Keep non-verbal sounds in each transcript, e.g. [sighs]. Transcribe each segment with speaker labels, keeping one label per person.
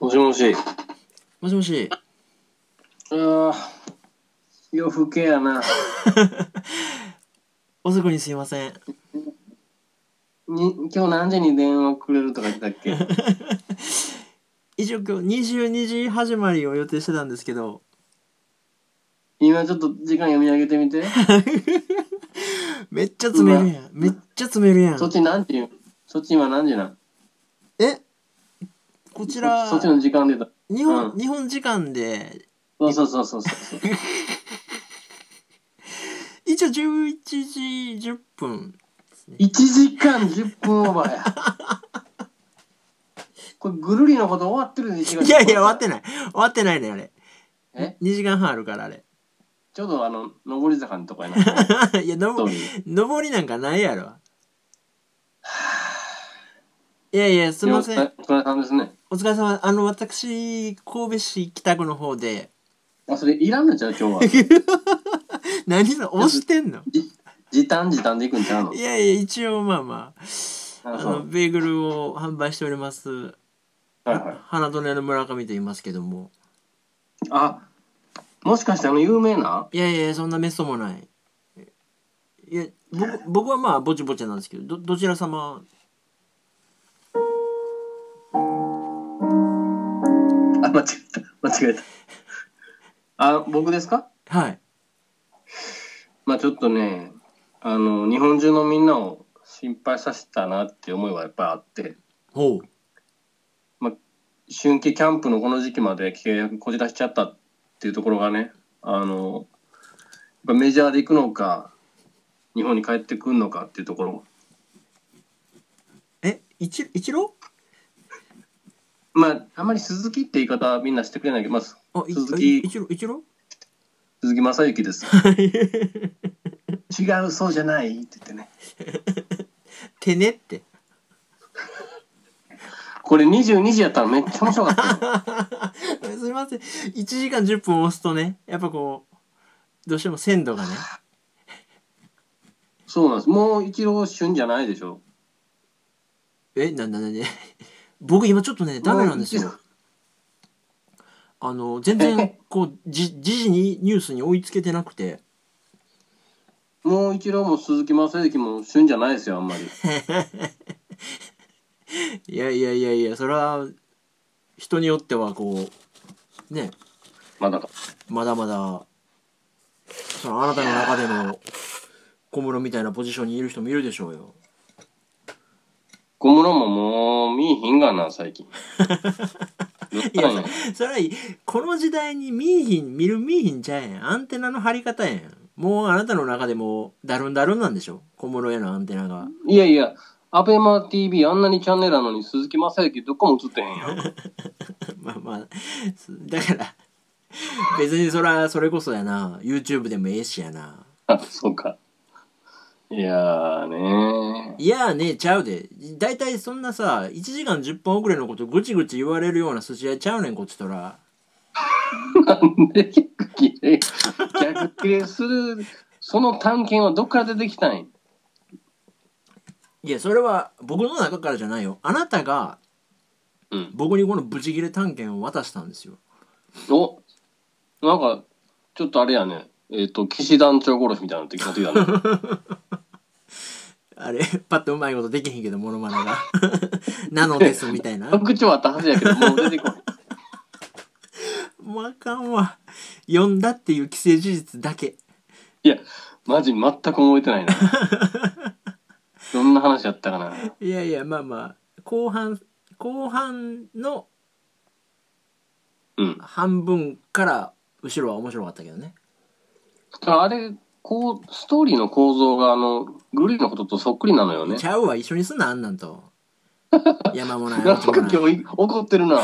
Speaker 1: もしもし。
Speaker 2: もしもし。
Speaker 1: ああ、夜更けやな。
Speaker 2: 遅くにすいません。
Speaker 1: に今日何時に電話くれるとか言ったっ
Speaker 2: [laughs]
Speaker 1: け
Speaker 2: 一応今日22時始まりを予定してたんですけど、
Speaker 1: 今ちょっと時間読み上げて
Speaker 2: [laughs]
Speaker 1: みて。
Speaker 2: めっちゃ詰めるやん。めっちゃ詰めるや
Speaker 1: そっ
Speaker 2: ん。
Speaker 1: ち何時そっち今何時なん
Speaker 2: えこちら
Speaker 1: そっ、ちの時間でだ。
Speaker 2: 日本、
Speaker 1: うん
Speaker 2: 日本時間で、
Speaker 1: そうそうそうそうそう。
Speaker 2: 一応11時10分。
Speaker 1: 1時間10分オーバーや。 [laughs] これぐるりのこと終わってるでしょ
Speaker 2: いやいや、終わってない。終わってないね、あれ。
Speaker 1: え
Speaker 2: 2時間半あるから、あれ。 [laughs]
Speaker 1: ちょうどあの、上り坂のとこやな。
Speaker 2: いや、のぼ、登りなんかない
Speaker 1: [sighs]
Speaker 2: やろ。いやいや、す
Speaker 1: す
Speaker 2: いません。
Speaker 1: お疲れさんですね。
Speaker 2: お疲れ様。あの、私、神戸市北区の方で、
Speaker 1: あ、それいらんのちゃう今日は。
Speaker 2: [laughs] 何それ押してんの
Speaker 1: じ時短時短で行くんちゃうの
Speaker 2: いやいや、一応まあまあ、
Speaker 1: あ
Speaker 2: あ
Speaker 1: そ
Speaker 2: の、
Speaker 1: う。
Speaker 2: ベーグルを販売しております、
Speaker 1: はいはい。
Speaker 2: 花とねの村上と言いますけども。
Speaker 1: あ、もしかしてあの有名ない
Speaker 2: やいや、そんなメスともない。いや、僕僕はまあ、ぼちぼちなんですけど、ど、どちら様
Speaker 1: あ、間違えた。間違えた。あ、僕ですか
Speaker 2: はい。
Speaker 1: まあちょっとね、あの、日本中のみんなを心配させたなって思いはやっぱりあって、
Speaker 2: ほう。
Speaker 1: 春季キャンプのこの時期まで契約こじらしちゃったっていうところがね、あの、やっぱメジャーで行くのか、日本に帰ってくんのかっていうところ。
Speaker 2: え、一、一郎
Speaker 1: まあ、あんまり鈴木って言い方はみんなしてくれないけど、まあ、鈴
Speaker 2: あ、い
Speaker 1: 鈴
Speaker 2: あ
Speaker 1: 木
Speaker 2: い一郎一郎 [laughs]
Speaker 1: 木正幸です。 [laughs] 違う、そうじゃないって言ってね。
Speaker 2: てねって。
Speaker 1: これ22時やったらめっちゃ面白かったよ。 [laughs]
Speaker 2: すいません。1時間10分押すとね、やっぱこう、どうしても鮮度がね。
Speaker 1: そうなんです。もう一郎旬じゃないでしょ。
Speaker 2: え、なんだなんだ、ね、僕今ちょっとね、ダメなんです
Speaker 1: もう
Speaker 2: よ
Speaker 1: 一。
Speaker 2: あの、全然、こう、じ、時事に、ニュースに追いつけてなくて。
Speaker 1: 郎もう一郎も鈴木正幸も旬じゃないですよ、あんまり。 [laughs]
Speaker 2: いやいやいやいや、それは、人によってはこう、ね、
Speaker 1: まあだか
Speaker 2: まだまだ、そのあなたの中での小室みたいなポジションにいる人もいるでしょうよ。
Speaker 1: 小室ももう見いひんがな、最
Speaker 2: [laughs]
Speaker 1: 近。
Speaker 2: いや、それは、この時代に見いひん、見る見いひんちゃえん。アンテナの張り方やん。もうあなたの中でもう、だるんだるんなんでしょ小室へのアンテナが。
Speaker 1: いやいや、アベマ TV あんなにチャンネルなのに鈴木正幸どこも映ってへんやん。
Speaker 2: [laughs] まあまあ、だから、別にそら、それこそやな。YouTube でもええしやな。
Speaker 1: [laughs] あ、そうか。いやーね
Speaker 2: いやーね、ちゃうで。だいたいそんなさ、1時間10分遅れのことぐちぐち言われるような筋合いちゃうねん、こっちとら。
Speaker 1: なんで逆切れ、逆切れする、その探検はどっから出てきたんや。
Speaker 2: いや、それは僕の中からじゃないよ。あなたが
Speaker 1: うん。
Speaker 2: 僕にこのブチギレ探検を渡したんですよ。
Speaker 1: おなんか、ちょっとあれやね。えっ、と、騎士団長殺しみたいになってきた時だね。
Speaker 2: あれ、パッとうまいことできへんけど、モノマネが。 [laughs] ナノですみたいな。
Speaker 1: 特徴あったはずやけど、もう出てこない。
Speaker 2: もうあかんわ。読んだっていう既成事実だけ。
Speaker 1: いや、マジ全く覚えてないな。どんな話やったかな。
Speaker 2: いやいや、まあまあ、後半、後半の
Speaker 1: うん。
Speaker 2: 半分から後ろは面白かったけどね。
Speaker 1: ああれ、こう、ストーリーの構造が、あの、グリーンのこととそっくりなのよ
Speaker 2: [laughs]
Speaker 1: ね。
Speaker 2: ちゃうわ、一緒にすんな、あんな
Speaker 1: [laughs]
Speaker 2: んと。山もない、
Speaker 1: なん
Speaker 2: 落
Speaker 1: か
Speaker 2: もない。
Speaker 1: 今日怒ってるな。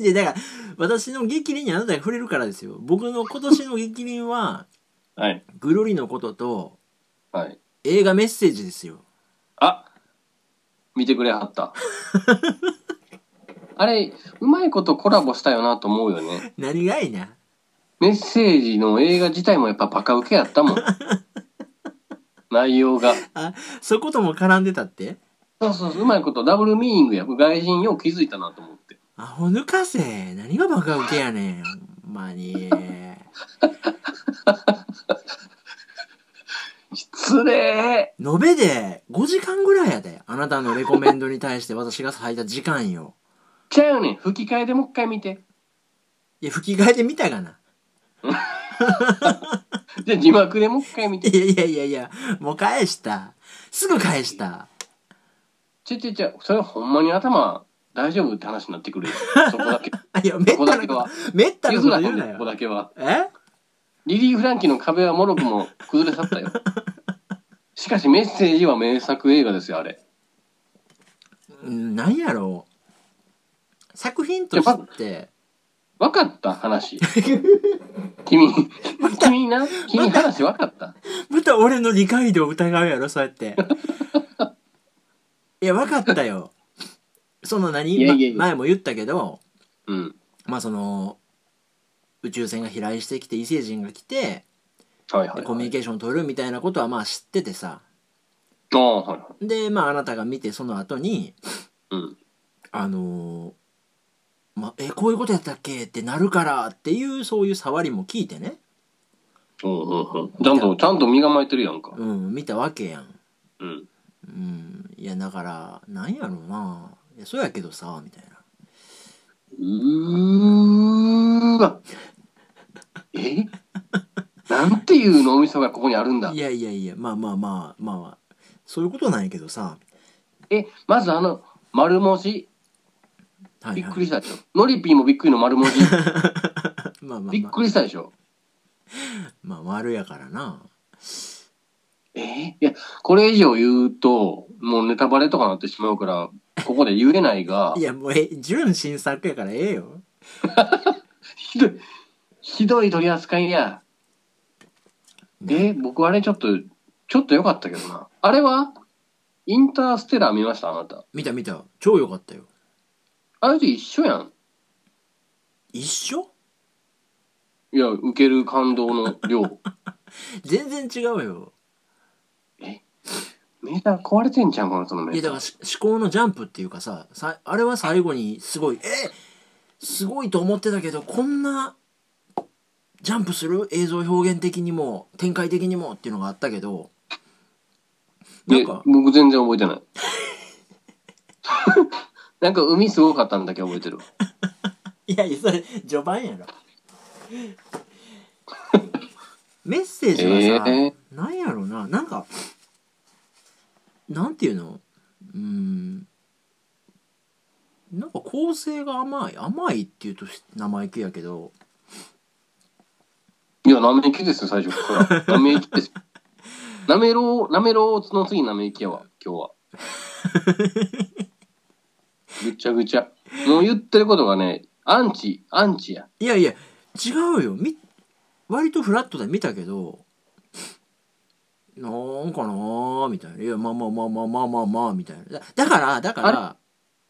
Speaker 2: いや、だから、私の激励にあなたが触れるからですよ。僕の今年の激励は、
Speaker 1: はい。
Speaker 2: ぐるりのことと、
Speaker 1: はい。
Speaker 2: 映画メッセージですよ。
Speaker 1: あ見てくれはった。あれ、うまいことコラボしたよなと思うよね。
Speaker 2: 何がいいな。
Speaker 1: メッセージの映画自体もやっぱバカウケや
Speaker 2: [laughs]
Speaker 1: ったもん。内容が。
Speaker 2: あ、そことも絡んでたって
Speaker 1: そうそうそう、うまいことダブルミーニングや。外人よう気づいたなと思って。
Speaker 2: アホ抜かせ何がバカウケやねんほんまに
Speaker 1: 失礼
Speaker 2: 延べで5時間ぐらいやであなたのレコメンドに対して私が割いた時間よ
Speaker 1: ちゃうねん。吹き替えでもう一回見て。
Speaker 2: いや吹き替えてみたがな
Speaker 1: じゃあ字幕でもう一回見
Speaker 2: [laughs]
Speaker 1: て。
Speaker 2: いやいやいやいやもう返したすぐ返した
Speaker 1: ちょちょちょ、それほんまに頭大丈夫って話になって
Speaker 2: [laughs]
Speaker 1: くるよ。そこだけ。
Speaker 2: あいやめっ
Speaker 1: そこ
Speaker 2: た
Speaker 1: だ
Speaker 2: な
Speaker 1: け
Speaker 2: こ
Speaker 1: は
Speaker 2: と。めったなこ
Speaker 1: 譲ら
Speaker 2: と
Speaker 1: へ
Speaker 2: 言うんな
Speaker 1: ねん、そこ
Speaker 2: よ
Speaker 1: だけは。
Speaker 2: え
Speaker 1: リリー・フランキーの壁はもろくも崩れ去
Speaker 2: [laughs]
Speaker 1: ったよ。しかしメッセージは名作映画ですよ、あれ。
Speaker 2: うんなんやろう作品として
Speaker 1: 分かった
Speaker 2: [laughs]
Speaker 1: 話。君、君な、君話分かった。
Speaker 2: また俺の理解度を疑うやろそうやっていや分かったよその何
Speaker 1: いやいやいや
Speaker 2: ま前も言ったけど
Speaker 1: うん。
Speaker 2: まあその宇宙船が飛来してきて異星人が来て
Speaker 1: はい
Speaker 2: で
Speaker 1: はい、
Speaker 2: コミ
Speaker 1: は
Speaker 2: ュニ
Speaker 1: い。
Speaker 2: ケーションを取るみたいなことはまあ知っててさ
Speaker 1: ああ、はいはい。
Speaker 2: でまああなたが見てその後に
Speaker 1: うん。
Speaker 2: あのーまあ、えこういうことやったっけってなるからっていうそういう触りも聞いてね、
Speaker 1: うんうんうん。ちゃんと、ちゃんと身構えてるやんか。
Speaker 2: うん、見たわけやん
Speaker 1: うん。
Speaker 2: うんいやだからなんやろうないやそうやけどさみたいな
Speaker 1: うーわ。えなんていう脳みそがここにあるんだ
Speaker 2: い。やいやいやまあまあまあまあそういうことなんやけどさ、
Speaker 1: え、まずあの、丸文字。
Speaker 2: はい
Speaker 1: びっ
Speaker 2: はい
Speaker 1: くりしたでしょ。ノリピーもびっくりの丸文字。
Speaker 2: [laughs] まあまあ
Speaker 1: びっ
Speaker 2: まあ
Speaker 1: くりしたでしょ。
Speaker 2: まあ悪やからな
Speaker 1: えーいや、これ以上言うと、もうネタバレとかなってしまうから、ここで言えないが
Speaker 2: [laughs] い、やもうえ純新作やからええよ
Speaker 1: ひどい、ひどい取り扱いや。
Speaker 2: ね
Speaker 1: えー僕あれちょっと、ちょっと良かったけどな。あれはインターステラー見ましたあなた。
Speaker 2: 見た見た超良かったよ
Speaker 1: あれと一緒やん。
Speaker 2: 一緒
Speaker 1: いや、受ける感動の
Speaker 2: [laughs]
Speaker 1: 量。
Speaker 2: 全然違うよ
Speaker 1: メーター壊れてんじゃん、この人のメ
Speaker 2: いや
Speaker 1: ータ
Speaker 2: だ
Speaker 1: ー。
Speaker 2: からし思考のジャンプっていうかささあれは最後にすごいえすごいと思ってたけどこんなジャンプする映像表現的にも展開的にもっていうのがあったけどなん
Speaker 1: で
Speaker 2: か、
Speaker 1: 僕全然覚えてない。 [laughs] なんか海すごかったんだけ覚えてるわ。
Speaker 2: いやいやそれ序盤やろメッセージはさ、
Speaker 1: え
Speaker 2: なんやろななんかなんていうのうーんなんか構成が甘い甘いっていうとし生意気やけど
Speaker 1: いや、なめきですよ、最初から。なめきです。なめろう、なめろうの次なめきやわ、今日は。ぐちゃぐちゃ。もう言ってることがね、アンチ、アンチや。
Speaker 2: いやいや違うよみ割とフラットで見たけどなんかなーみたいないやまあまあまあまあまあまあまあみたいなだだからだから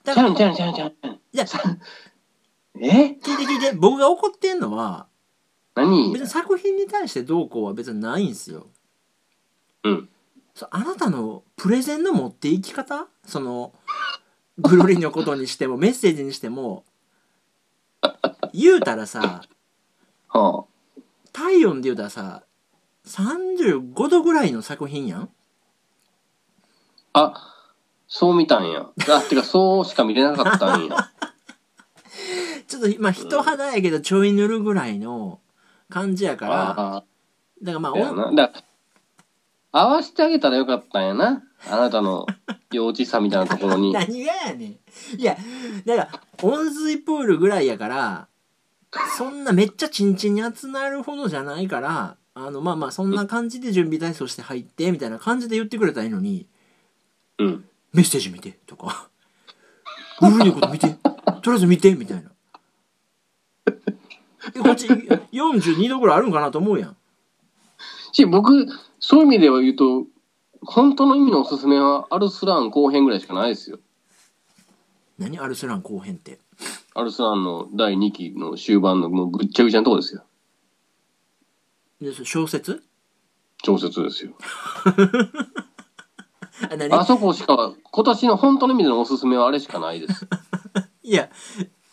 Speaker 2: だ
Speaker 1: ち
Speaker 2: か
Speaker 1: ゃ
Speaker 2: ら
Speaker 1: んちゃんちゃんちゃん。
Speaker 2: いや
Speaker 1: え
Speaker 2: 聞いて聞いて僕が怒ってんのは
Speaker 1: 何
Speaker 2: 別に作品に対してどうこうは別にないんすよ。
Speaker 1: うん
Speaker 2: そうあなたのプレゼンの持っていき方そのグロリのこと
Speaker 1: [laughs]
Speaker 2: にしてもメッセージにしても言うたらさ
Speaker 1: は
Speaker 2: 体温で言うたらさ35度ぐらいの作品やん
Speaker 1: あ。あ、そう見たんや。あ、てか、そうしか見れなかったんや。
Speaker 2: ちょっとまあ人肌やけどちょい塗るぐらいの感じやからだか
Speaker 1: あ
Speaker 2: らまあ
Speaker 1: あ、や
Speaker 2: お
Speaker 1: な。だから合わせてあげたらよかったんやな。あなたの幼稚さみたいなところに。
Speaker 2: [laughs] 何がやねんいやだから温水プールぐらいやからそんなめっちゃチンチンに集まるほどじゃないからあのまあまあそんな感じで準備体操して入ってみたいな感じで言ってくれたらいいのに
Speaker 1: うん。
Speaker 2: 「メッセージ見て」とか「グルーのこと見て」「とりあえず見て」みたいな。えこっち42度ぐらいあるんかなと思うやん。
Speaker 1: し、僕、そういう意味では言うと、本当の意味のおすすめは、アルスラーン後編ぐらいしかないですよ。
Speaker 2: 何アルスラン後編って。
Speaker 1: アルスラーンの第2期の終盤のもうぐっちゃぐちゃのとこですよ。
Speaker 2: でそ小説
Speaker 1: 小説ですよ。
Speaker 2: 何
Speaker 1: あそこしか、今年の本当の意味でのおすすめはあれしかないです。
Speaker 2: いや、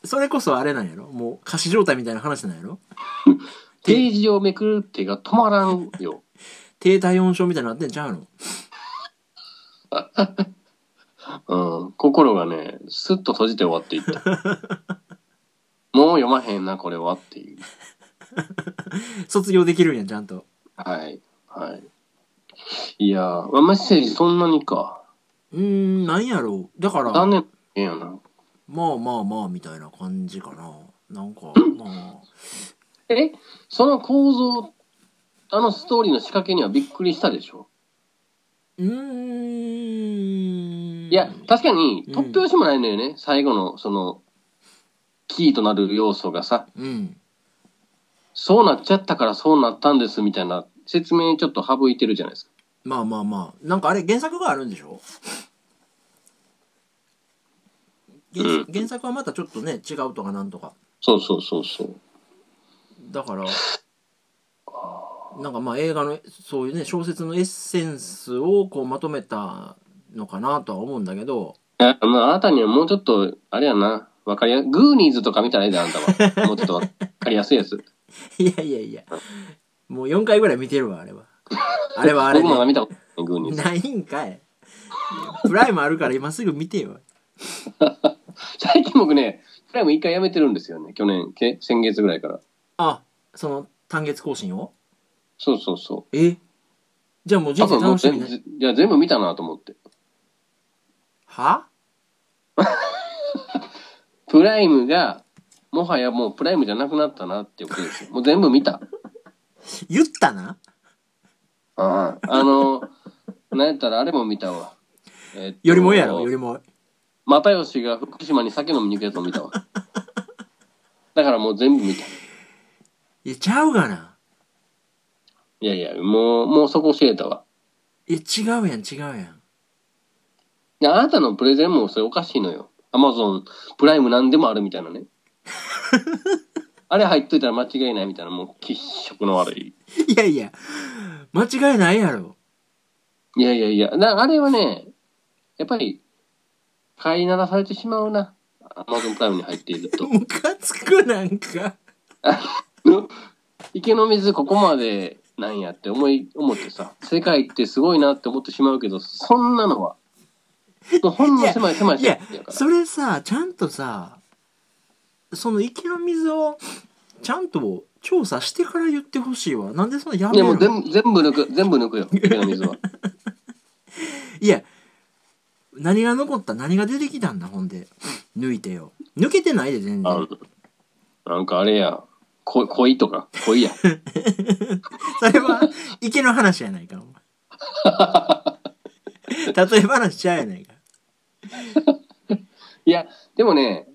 Speaker 2: それこそあれなんやろもう、歌詞状態みたいな話なんやろ
Speaker 1: ページをめくる手が止まらんよ。
Speaker 2: 低体温症みたいになってんちゃうの
Speaker 1: うん、心がね、スッと閉じて終わっていった。もう読まへんな、これはっていう。
Speaker 2: 卒業できるんや、ちゃんと。
Speaker 1: はい。はい。いやー、まあメッセージそんなにか。
Speaker 2: うーん、なんやろだから、
Speaker 1: 残念ええやな。
Speaker 2: まあまあまあ、みたいな感じかな。なんか、まあ、
Speaker 1: えその構造、あのストーリーの仕掛けにはびっくりしたでしょ
Speaker 2: うーん。
Speaker 1: いや、確かに、
Speaker 2: うん
Speaker 1: 突拍子もないのよね。最後の、その、キーとなる要素がさ、
Speaker 2: うん。
Speaker 1: そうなっちゃったからそうなったんですみたいな説明ちょっと省いてるじゃないですか。
Speaker 2: まあまあまあ。なんかあれ、原作があるんでしょ原
Speaker 1: うん
Speaker 2: 原作はまたちょっとね、違うとかなんとか。
Speaker 1: そうそうそうそう。
Speaker 2: だからなんかまあ映画のそういうね小説のエッセンスをこうまとめたのかなとは思うんだけど
Speaker 1: いや、まあ、あなたにはもうちょっと、あれやな、わかりや、グーニーズとか見たらいいで、あんた [laughs] は。もうちょっとわかりやすいやつ。
Speaker 2: いやいやいやもう4回ぐらい見てるわあれはあれはあれ
Speaker 1: 僕もまだ
Speaker 2: で
Speaker 1: 見たことない、グーニーズ。
Speaker 2: ないんかいプライムあるから今すぐ見てよ
Speaker 1: 最近僕ね、プライム一回やめてるんですよね、去年、け先月ぐらいから。
Speaker 2: あその単月更新を
Speaker 1: そうそうそ
Speaker 2: えじゃあもう
Speaker 1: う。多
Speaker 2: 人生
Speaker 1: 分もう
Speaker 2: 楽し
Speaker 1: 全
Speaker 2: みな
Speaker 1: 部、
Speaker 2: い
Speaker 1: いや、全部見たなと思って。
Speaker 2: は
Speaker 1: プライムが、もはやもうプライムじゃなくなったなっていうことですよ。もう全部見た。
Speaker 2: 言ったな
Speaker 1: あの、なんやったらあれも見たわ。えっと
Speaker 2: よりもえやろよりも
Speaker 1: 又吉が福島に酒飲みに行くやつも見たわ。だからもう全部見た。
Speaker 2: えいやちゃうがない
Speaker 1: やいや、もう、もうそこ教えたわ。
Speaker 2: え違うやん違うやん
Speaker 1: であなたのプレゼンもそれおかしいのよ。アマゾン、プライムなんでもあるみたいな
Speaker 2: [laughs]
Speaker 1: ね。あれ入っといたら間違いないみたいな、もう、喫色の悪い。
Speaker 2: いやいや、間違いないやろ。
Speaker 1: いやいやいや、なあれはね、やっぱり、飼いならされてしまうな。アマゾンプライムに入っていると。 [laughs]
Speaker 2: ムカつくなんか。
Speaker 1: 池の水ここまでなんやって思い、思ってさ、世界ってすごいなって思ってしまうけど、そんなのは、もうほんの狭い狭い
Speaker 2: い
Speaker 1: 世界
Speaker 2: や
Speaker 1: だから、。
Speaker 2: [laughs] それさ、ちゃんとさ、その池の水を、ちゃんと調査してから言ってほしいわ。なんでそのやめ
Speaker 1: いや
Speaker 2: る
Speaker 1: もう
Speaker 2: の
Speaker 1: 全部全部抜く全部抜くよ池の水
Speaker 2: [laughs]
Speaker 1: は
Speaker 2: いや、何が残った何が出てきたんだ、ほんで。抜いてよ。抜けてないで、全
Speaker 1: あの
Speaker 2: 然。
Speaker 1: なんかあれやこ恋とか恋や
Speaker 2: それは、池の話やないか、お前。例え話ちゃうやないか。
Speaker 1: いやでもね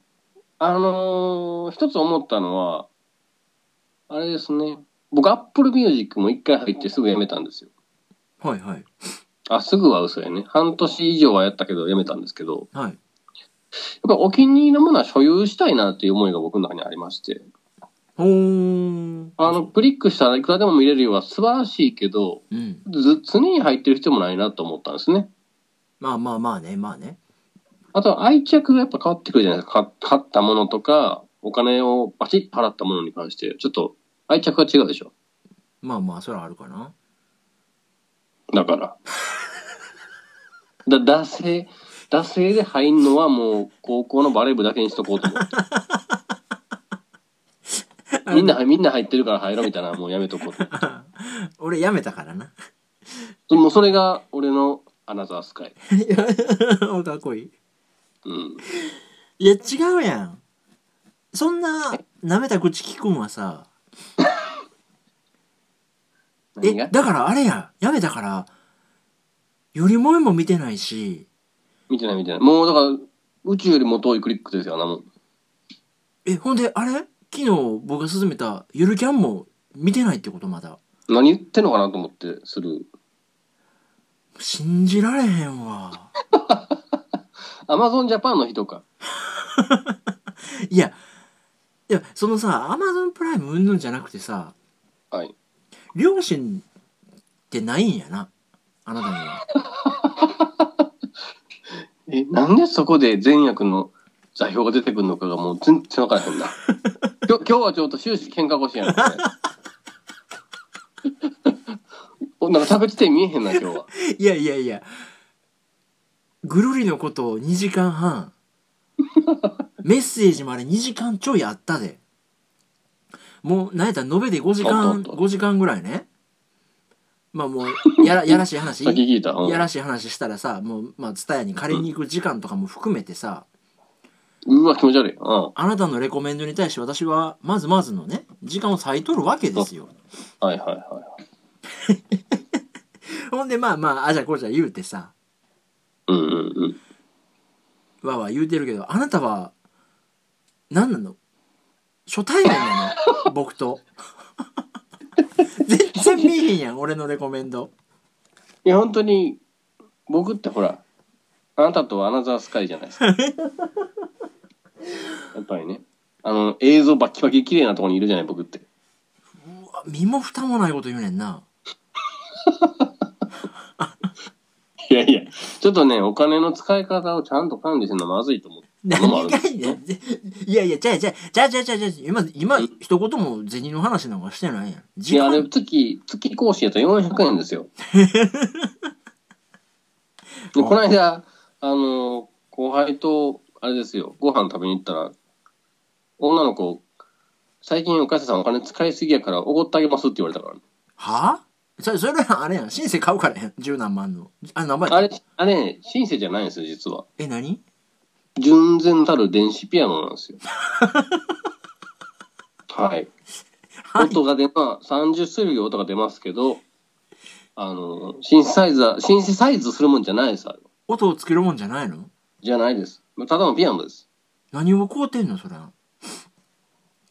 Speaker 1: あのー一つ思ったのはあれですね僕アップルミュージックも一回入ってすぐやめたんですよ
Speaker 2: はいはい。
Speaker 1: あすぐは嘘やね半年以上はやったけどやめたんですけど
Speaker 2: は
Speaker 1: やっ
Speaker 2: い。
Speaker 1: ぱお気に入りのものは所有したいなっていう思いが僕の中にありまして
Speaker 2: ほーん。
Speaker 1: あのクリックしたらいくらでも見れるようは素晴らしいけど
Speaker 2: うん。
Speaker 1: ず常に入ってる必要もないなと思ったんですね
Speaker 2: まあまあまあね、まあね。
Speaker 1: あとは愛着がやっぱ変わってくるじゃないですか。か買ったものとか、お金をバチッと払ったものに関して、ちょっと愛着が違うでしょ。
Speaker 2: まあまあ、それはあるかな。 [laughs]
Speaker 1: だから。だ、惰性、惰性で入んのはもう高校のバレー部だけにしとこうと思う。みんな、みんな入ってるから入ろうみたいな、もうやめとこうと思
Speaker 2: 俺辞めたからな。
Speaker 1: う。もうそれが俺のアナザースカイ。
Speaker 2: [laughs] かっこいい。
Speaker 1: うん。
Speaker 2: いや、違うやん。そんな、舐めた口聞くんはさ、え
Speaker 1: 何、が
Speaker 2: だからあれや、やめたから、よりもえも見てないし、
Speaker 1: 見てない見てない。もうだから、宇宙よりも遠いクリックですよ、あんなもん。
Speaker 2: え、ほんで、あれ昨日僕が勧めた、ゆるキャンも見てないってことまだ。
Speaker 1: 何言ってんのかなと思ってする。
Speaker 2: 信じられへんわ。 [laughs]
Speaker 1: アマゾンジャパンの人か。
Speaker 2: いや、いや、そのさ、アマゾンプライムうんぬんじゃなくてさ、
Speaker 1: はい。
Speaker 2: 両親ってないんやな。あなたには。
Speaker 1: え、なんでそこで善悪の座標が出てくるのかがもう全然わからへ
Speaker 2: [laughs]
Speaker 1: んな。きょ今日はちょっと終始喧嘩腰やな、これ [laughs] おなんか着地点見えへんな、今
Speaker 2: [laughs]
Speaker 1: 日は。
Speaker 2: いやいやいやぐるりのことを2時間半メッセージもあれ2時間ちょいあったでもう何やったら延べで5時
Speaker 1: あったあ
Speaker 2: 間
Speaker 1: った
Speaker 2: 5時間ぐらいねまあもうやらやらしい話
Speaker 1: 先聞いた。うん
Speaker 2: やらしい話したらさもうまあ蔦屋に借りに行く時間とかも含めてさ
Speaker 1: うわ、気持ち悪い。うん。
Speaker 2: あなたのレコメンドに対して私はまずまずのね時間を割いとるわけですよ
Speaker 1: はいはいはい。
Speaker 2: ほんでまあまああじゃこうじゃ言うてさ
Speaker 1: うんうんうん。
Speaker 2: わーわー言うてるけどあなたは何なの初対面な
Speaker 1: [laughs]
Speaker 2: の僕と [laughs] 全然見えへんやん俺のレコメンド
Speaker 1: いや、本当に、僕ってほら、あなたとアナザースカイじゃないですか。
Speaker 2: [laughs]
Speaker 1: やっぱりね。あの、映像バッキバキ綺麗なところにいるじゃない、僕って。
Speaker 2: うわ身も蓋もないこと言うねんない
Speaker 1: やいや、ちょっとね、お金の使い方をちゃんと管理するのはまずいと思って。
Speaker 2: 何がいいねん [laughs] いやいや、ちゃうちゃうちゃうちゃうちゃうちゃう今、今、一言も銭の話なんかしてないや
Speaker 1: い
Speaker 2: ん。時
Speaker 1: や、あれ、
Speaker 2: 間、
Speaker 1: 月、月講師やったら400円ですよ。
Speaker 2: [laughs]
Speaker 1: で、この間、あの、後輩と、あれですよ、ご飯食べに行ったら、女の子、最近お母さんお金使いすぎやから、おごってあげますって言われたから、ね。
Speaker 2: はぁそれ、それはあれやん。シンセ買うからやん。十何万の。あ、名前。
Speaker 1: あれ、あれ、シンセじゃないんですよ、実は。
Speaker 2: え、何
Speaker 1: 純然たる電子ピアノなん
Speaker 2: [laughs]
Speaker 1: ですよ。はい。
Speaker 2: はい。
Speaker 1: 音が出まあ30種類音が出ますけど、あの、シンセサイザー、シンセサイズするもんじゃないです、あれは。
Speaker 2: 音をつけるもんじゃないの
Speaker 1: じゃないです。ただのピアノです。
Speaker 2: 何を買うてんのそれ。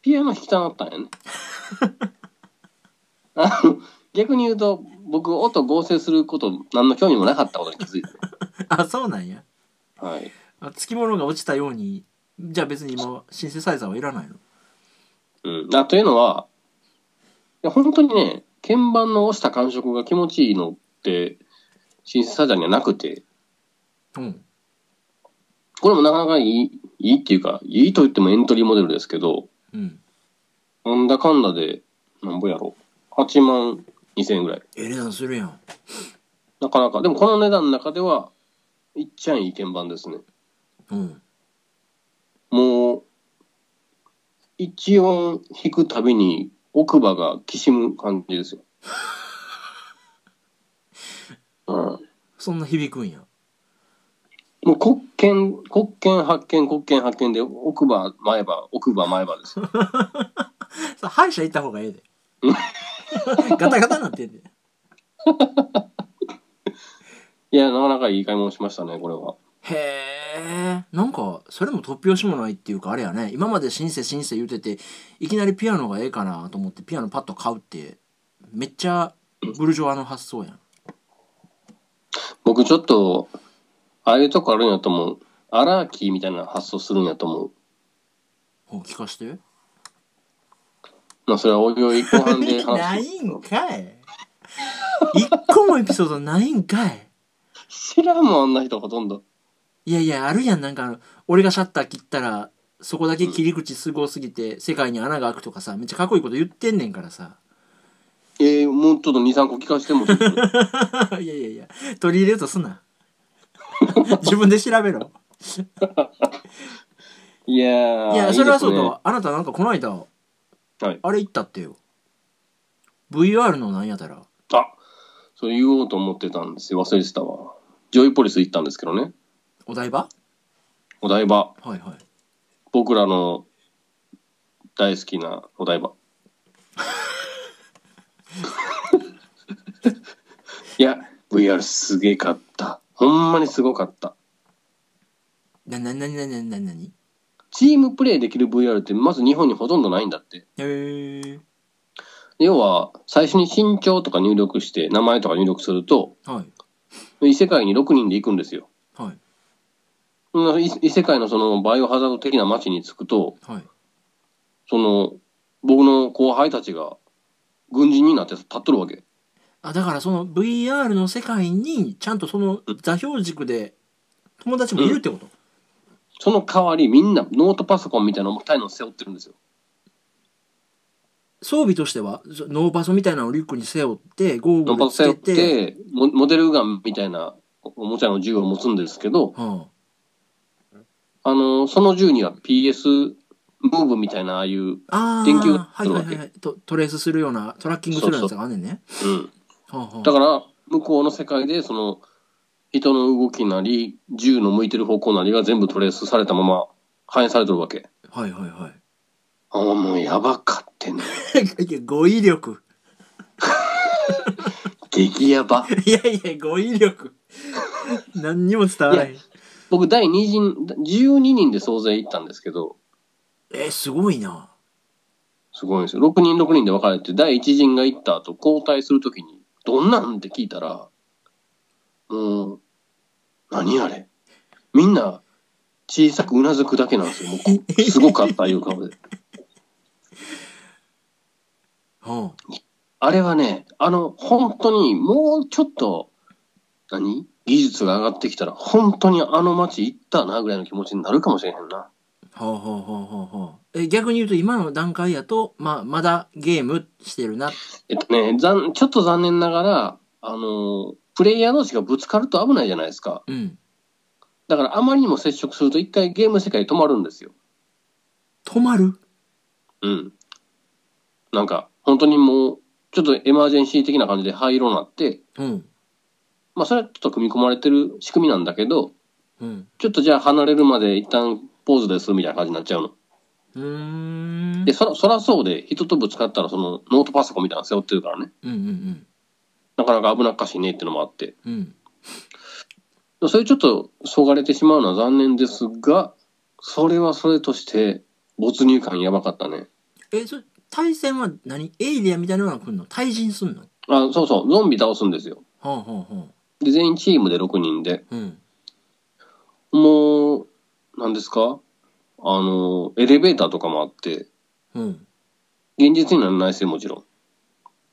Speaker 1: ピアノ弾きたなったん
Speaker 2: [laughs]
Speaker 1: やね。あの、逆に言うと、僕、音合成すること、何の興味もなかったことに気づいて。
Speaker 2: あ、そうなんや。
Speaker 1: はい。
Speaker 2: あつきものが落ちたように、じゃあ別に今、シンセサイザーはいらないの
Speaker 1: うん。あというのは、いや、本当にね、鍵盤の押した感触が気持ちいいのって、シンセサイザーにはなくて、
Speaker 2: うん。
Speaker 1: これもなかなかいい、いいっていうか、いいと言ってもエントリーモデルですけど、
Speaker 2: うん。
Speaker 1: なんだかんだで、なんぼやろ。8万2000円ぐらい。
Speaker 2: ええ値段するやん。
Speaker 1: なかなか。でもこの値段の中では、いっちゃんいい鍵盤ですね。
Speaker 2: うん。
Speaker 1: もう、一音弾くたびに奥歯がきしむ感じですよ。うん。
Speaker 2: そんな響くんや。
Speaker 1: もう黒剣、黒剣発見、黒剣発見で奥歯、前歯、奥歯、前歯ですよ。
Speaker 2: さ歯医者行った方がええ [laughs] で。ガタガタなってんで。
Speaker 1: いや、なかなかいい買い物しましたね、これは。
Speaker 2: へえんかそれも突拍子もないっていうかあれやね今までシンセシンセ言うてていきなりピアノがええかなと思ってピアノパッと買うってめっちゃブルジョワの発想やん
Speaker 1: 僕ちょっと、ああいうとこあるんやと思う。アラーキーみたいな発想するんやと思う。
Speaker 2: ほう聞かして
Speaker 1: まあ、それはおいおい後半で
Speaker 2: [laughs] な
Speaker 1: 話す。
Speaker 2: いんかい一個もエピソードないんかい
Speaker 1: 知らんもん、あんな人ほとんど。
Speaker 2: いやいやあるやんなんかあの俺がシャッター切ったらそこだけ切り口すごすぎて世界に穴が開くとかさめっちゃかっこいいこと言ってんねんからさ [laughs]
Speaker 1: えー、もうちょっと2、3個聞かせても。
Speaker 2: いやいやいや取り入れようとすんな [laughs] 自分で調べろ
Speaker 1: いやー、
Speaker 2: [laughs] いや、
Speaker 1: です
Speaker 2: それはそう
Speaker 1: ね
Speaker 2: と、あなたなんかこの間、
Speaker 1: はい
Speaker 2: あれ行ったってよ。VR のなんやたら。
Speaker 1: あそう言おうと思ってたんですよ。忘れてたわ。ジョイポリス行ったんですけどね。
Speaker 2: お台場
Speaker 1: お台場。
Speaker 2: はいはい。
Speaker 1: 僕らの大好きなお台場。いや、VR すげかった。ほんまにすごかった。
Speaker 2: な、な、な、な、な、な、なに
Speaker 1: チームプレイできる VR ってまず日本にほとんどないんだって。
Speaker 2: へー。
Speaker 1: 要は、最初に身長とか入力して、名前とか入力すると、
Speaker 2: はい。
Speaker 1: 異世界に6人で行くんですよ。
Speaker 2: はい。
Speaker 1: うん異異世界のそのバイオハザード的な街に着くと、
Speaker 2: はい。
Speaker 1: その、僕の後輩たちが軍人になって立っとるわけ。
Speaker 2: あ、だからその VR の世界に、ちゃんとその座標軸で友達もいるってこと、
Speaker 1: その代わりみんなノートパソコンみたいな重たいのを背負ってるんですよ。
Speaker 2: 装備としてはそノーパソみたいなのをリュックに背負ってゴー
Speaker 1: ノー
Speaker 2: グ
Speaker 1: パ
Speaker 2: ル
Speaker 1: ソ
Speaker 2: つ
Speaker 1: 背負
Speaker 2: け
Speaker 1: ってて、モモデルガンみたいなおもちゃの銃を持つんですけど、
Speaker 2: は
Speaker 1: あの、その銃には PS ムーブみたいなああいう、うん。
Speaker 2: あ、あ
Speaker 1: 電球
Speaker 2: あはいはいはいはいトトレースするようなトラッキングするようなやつがあんねんねはあはあ
Speaker 1: だから、向こうの世界で、その、人の動きなり、銃の向いてる方向なりが全部トレースされたまま反映されてるわけ。
Speaker 2: はいはい [laughs] は
Speaker 1: ああ、もうやばかってね。
Speaker 2: い語彙力
Speaker 1: 激ヤバ。
Speaker 2: いやいや語彙力何にも伝わらへん
Speaker 1: 僕、第2陣、12人で総勢行ったんですけど、
Speaker 2: えーすごいな
Speaker 1: すごいんですよ。6人6人で分かれて、第1陣が行った後、交代するときに、どんなんって聞いたら、もう、何あれみんな、小さくうなずくだけなんですよ。もうこ、すごかった、いう顔で。
Speaker 2: は
Speaker 1: あれはね、あの、本当に、もうちょっと、何技術が上がってきたら、本当にあの街行ったな、ぐらいの気持ちになるかもしれへんな。
Speaker 2: あはあはあはあはあえ逆に言うと今の段階やと、まあ、まだゲームしてるな
Speaker 1: えっとね、残ちょっと残念ながら、あの、プレイヤー同士がぶつかると危ないじゃないですか。
Speaker 2: うん
Speaker 1: だからあまりにも接触すると一回ゲーム世界に止まるんですよ。
Speaker 2: 止まる
Speaker 1: うん。なんか、本当にもう、ちょっとエマージェンシー的な感じで灰色になって、
Speaker 2: うん
Speaker 1: まあそれはちょっと組み込まれてる仕組みなんだけど、
Speaker 2: うん
Speaker 1: ちょっとじゃあ離れるまで一旦ポーズですみたいな感じになっちゃうの。
Speaker 2: うーん
Speaker 1: で、そら、そらそうで人とぶつかったらそのノートパソコンみたいなの背負ってるからね。
Speaker 2: うんうん
Speaker 1: なかなか危なっかしいねってのもあって。
Speaker 2: うんうん
Speaker 1: それちょっとそがれてしまうのは残念ですが、それはそれとして没入感やばかったね。
Speaker 2: えそれ対戦は何エイリアンみたいなのが来んの対人すんのは
Speaker 1: あ、そうそう、ゾンビ倒すんですよ。
Speaker 2: あはあは
Speaker 1: で、全員チームで6人で、
Speaker 2: あうん
Speaker 1: もう、何ですかあの、エレベーターとかもあって、
Speaker 2: うん
Speaker 1: 現実にはないですよ、もちろん。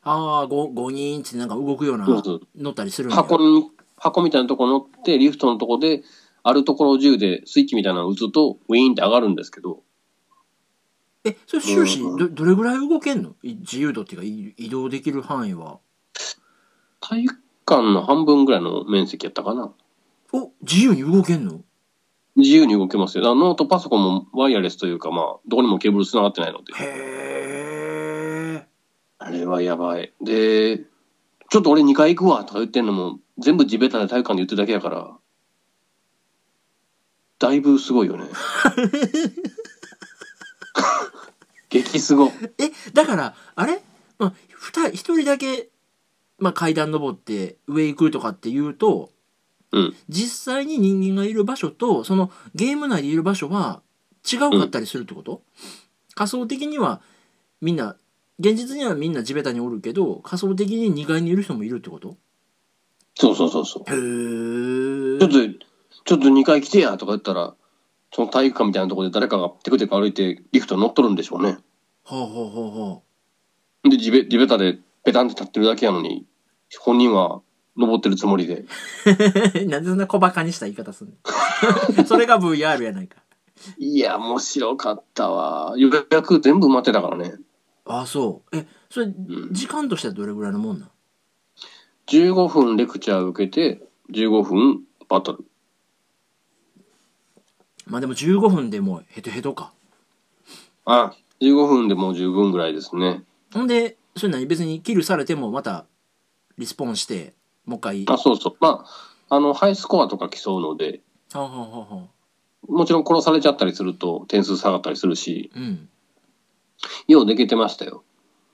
Speaker 2: ああ 5, 5人ってなんか動くような
Speaker 1: そうそう
Speaker 2: 乗ったりするんや
Speaker 1: 箱に、箱みたいなとこ乗って、リフトのとこで、あるところを銃でスイッチみたいなのを打つと、ウィーンって上がるんですけど、
Speaker 2: えそれ終始
Speaker 1: うん
Speaker 2: どどれぐらい動けんのい自由度っていうかい移動できる範囲は
Speaker 1: 体育館の半分ぐらいの面積やったかな。
Speaker 2: お自由に動けんの
Speaker 1: 自由に動けますよ。だからノートパソコンもワイヤレスというか、まあ、どこにもケーブル繋がってないので。
Speaker 2: へえ
Speaker 1: あれはやばい。で、ちょっと俺2回行くわとか言ってんのも、全部地べたで体育館で言ってるだけやから、だいぶすごいよね。激すご。
Speaker 2: えだからあれ、まあ、2人1人だけ、まあ、階段登って上行くとかっていうと
Speaker 1: うん。
Speaker 2: 実際に人間がいる場所とそのゲーム内でいる場所は違うかったりするってこと、仮想的にはみんな現実にはみんな地べたにおるけど仮想的に2階にいる人もいるってこと
Speaker 1: そうそうそうそう。
Speaker 2: へ
Speaker 1: ちょっ
Speaker 2: え
Speaker 1: と、ちょっと2回来てやとか言ったら、その体育館みたいなところで誰かがテクテク歩いてリフトに乗っとるんでしょうね。
Speaker 2: ほうほうほうほ
Speaker 1: で、地べ地べたでペタンって立ってるだけやのに、本人は登ってるつもりで。
Speaker 2: う [laughs] なんでそんな小バカにした言い方すんの [laughs] それが VR やないか
Speaker 1: いや、面白かったわ。予約全部待ってたからね。
Speaker 2: ああそうえそれ
Speaker 1: ん
Speaker 2: 時間としてはどれぐらいのもんなん
Speaker 1: 15分レクチャー受けて、15分バトル。
Speaker 2: まあでも15分でもうヘトヘトか
Speaker 1: あ、15分でもう十分ぐらいですね。
Speaker 2: ほんでそれ何別にキルされてもまたリスポーンしてもう一回
Speaker 1: あ、そうそう。まあ、あの、ハイスコアとか競うので、
Speaker 2: はあはあはあはあ
Speaker 1: もちろん殺されちゃったりすると点数下がったりするし、
Speaker 2: うん
Speaker 1: ようできてましたよ。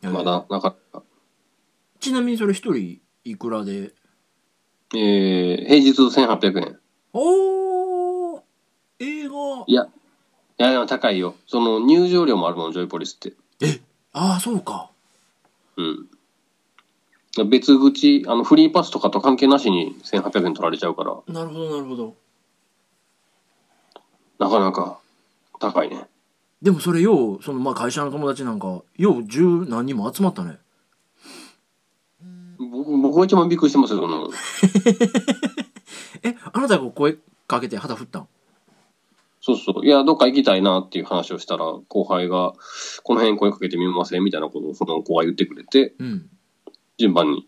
Speaker 1: まだ、なかった。
Speaker 2: ちなみにそれ一人いくらで
Speaker 1: えー、平日1800円。
Speaker 2: おー映画
Speaker 1: いや、いや、でも高いよ。その、入場料もあるもん、ジョイポリスって。
Speaker 2: ああそうか
Speaker 1: うん。別口、あの、フリーパスとかと関係なしに1800円取られちゃうから、
Speaker 2: なるほどなるほど
Speaker 1: なかなか高いね。
Speaker 2: でもそれようそのまあ会社の友達なんかよう十何人も集まったね
Speaker 1: 僕、僕が一番びっくりしてますよ、そんなの。
Speaker 2: えあなたが声かけて旗振ったん
Speaker 1: そうそう。いや、どっか行きたいなっていう話をしたら、後輩が、この辺声かけてみませんみたいなことをその子が言ってくれて、
Speaker 2: うん
Speaker 1: 順番に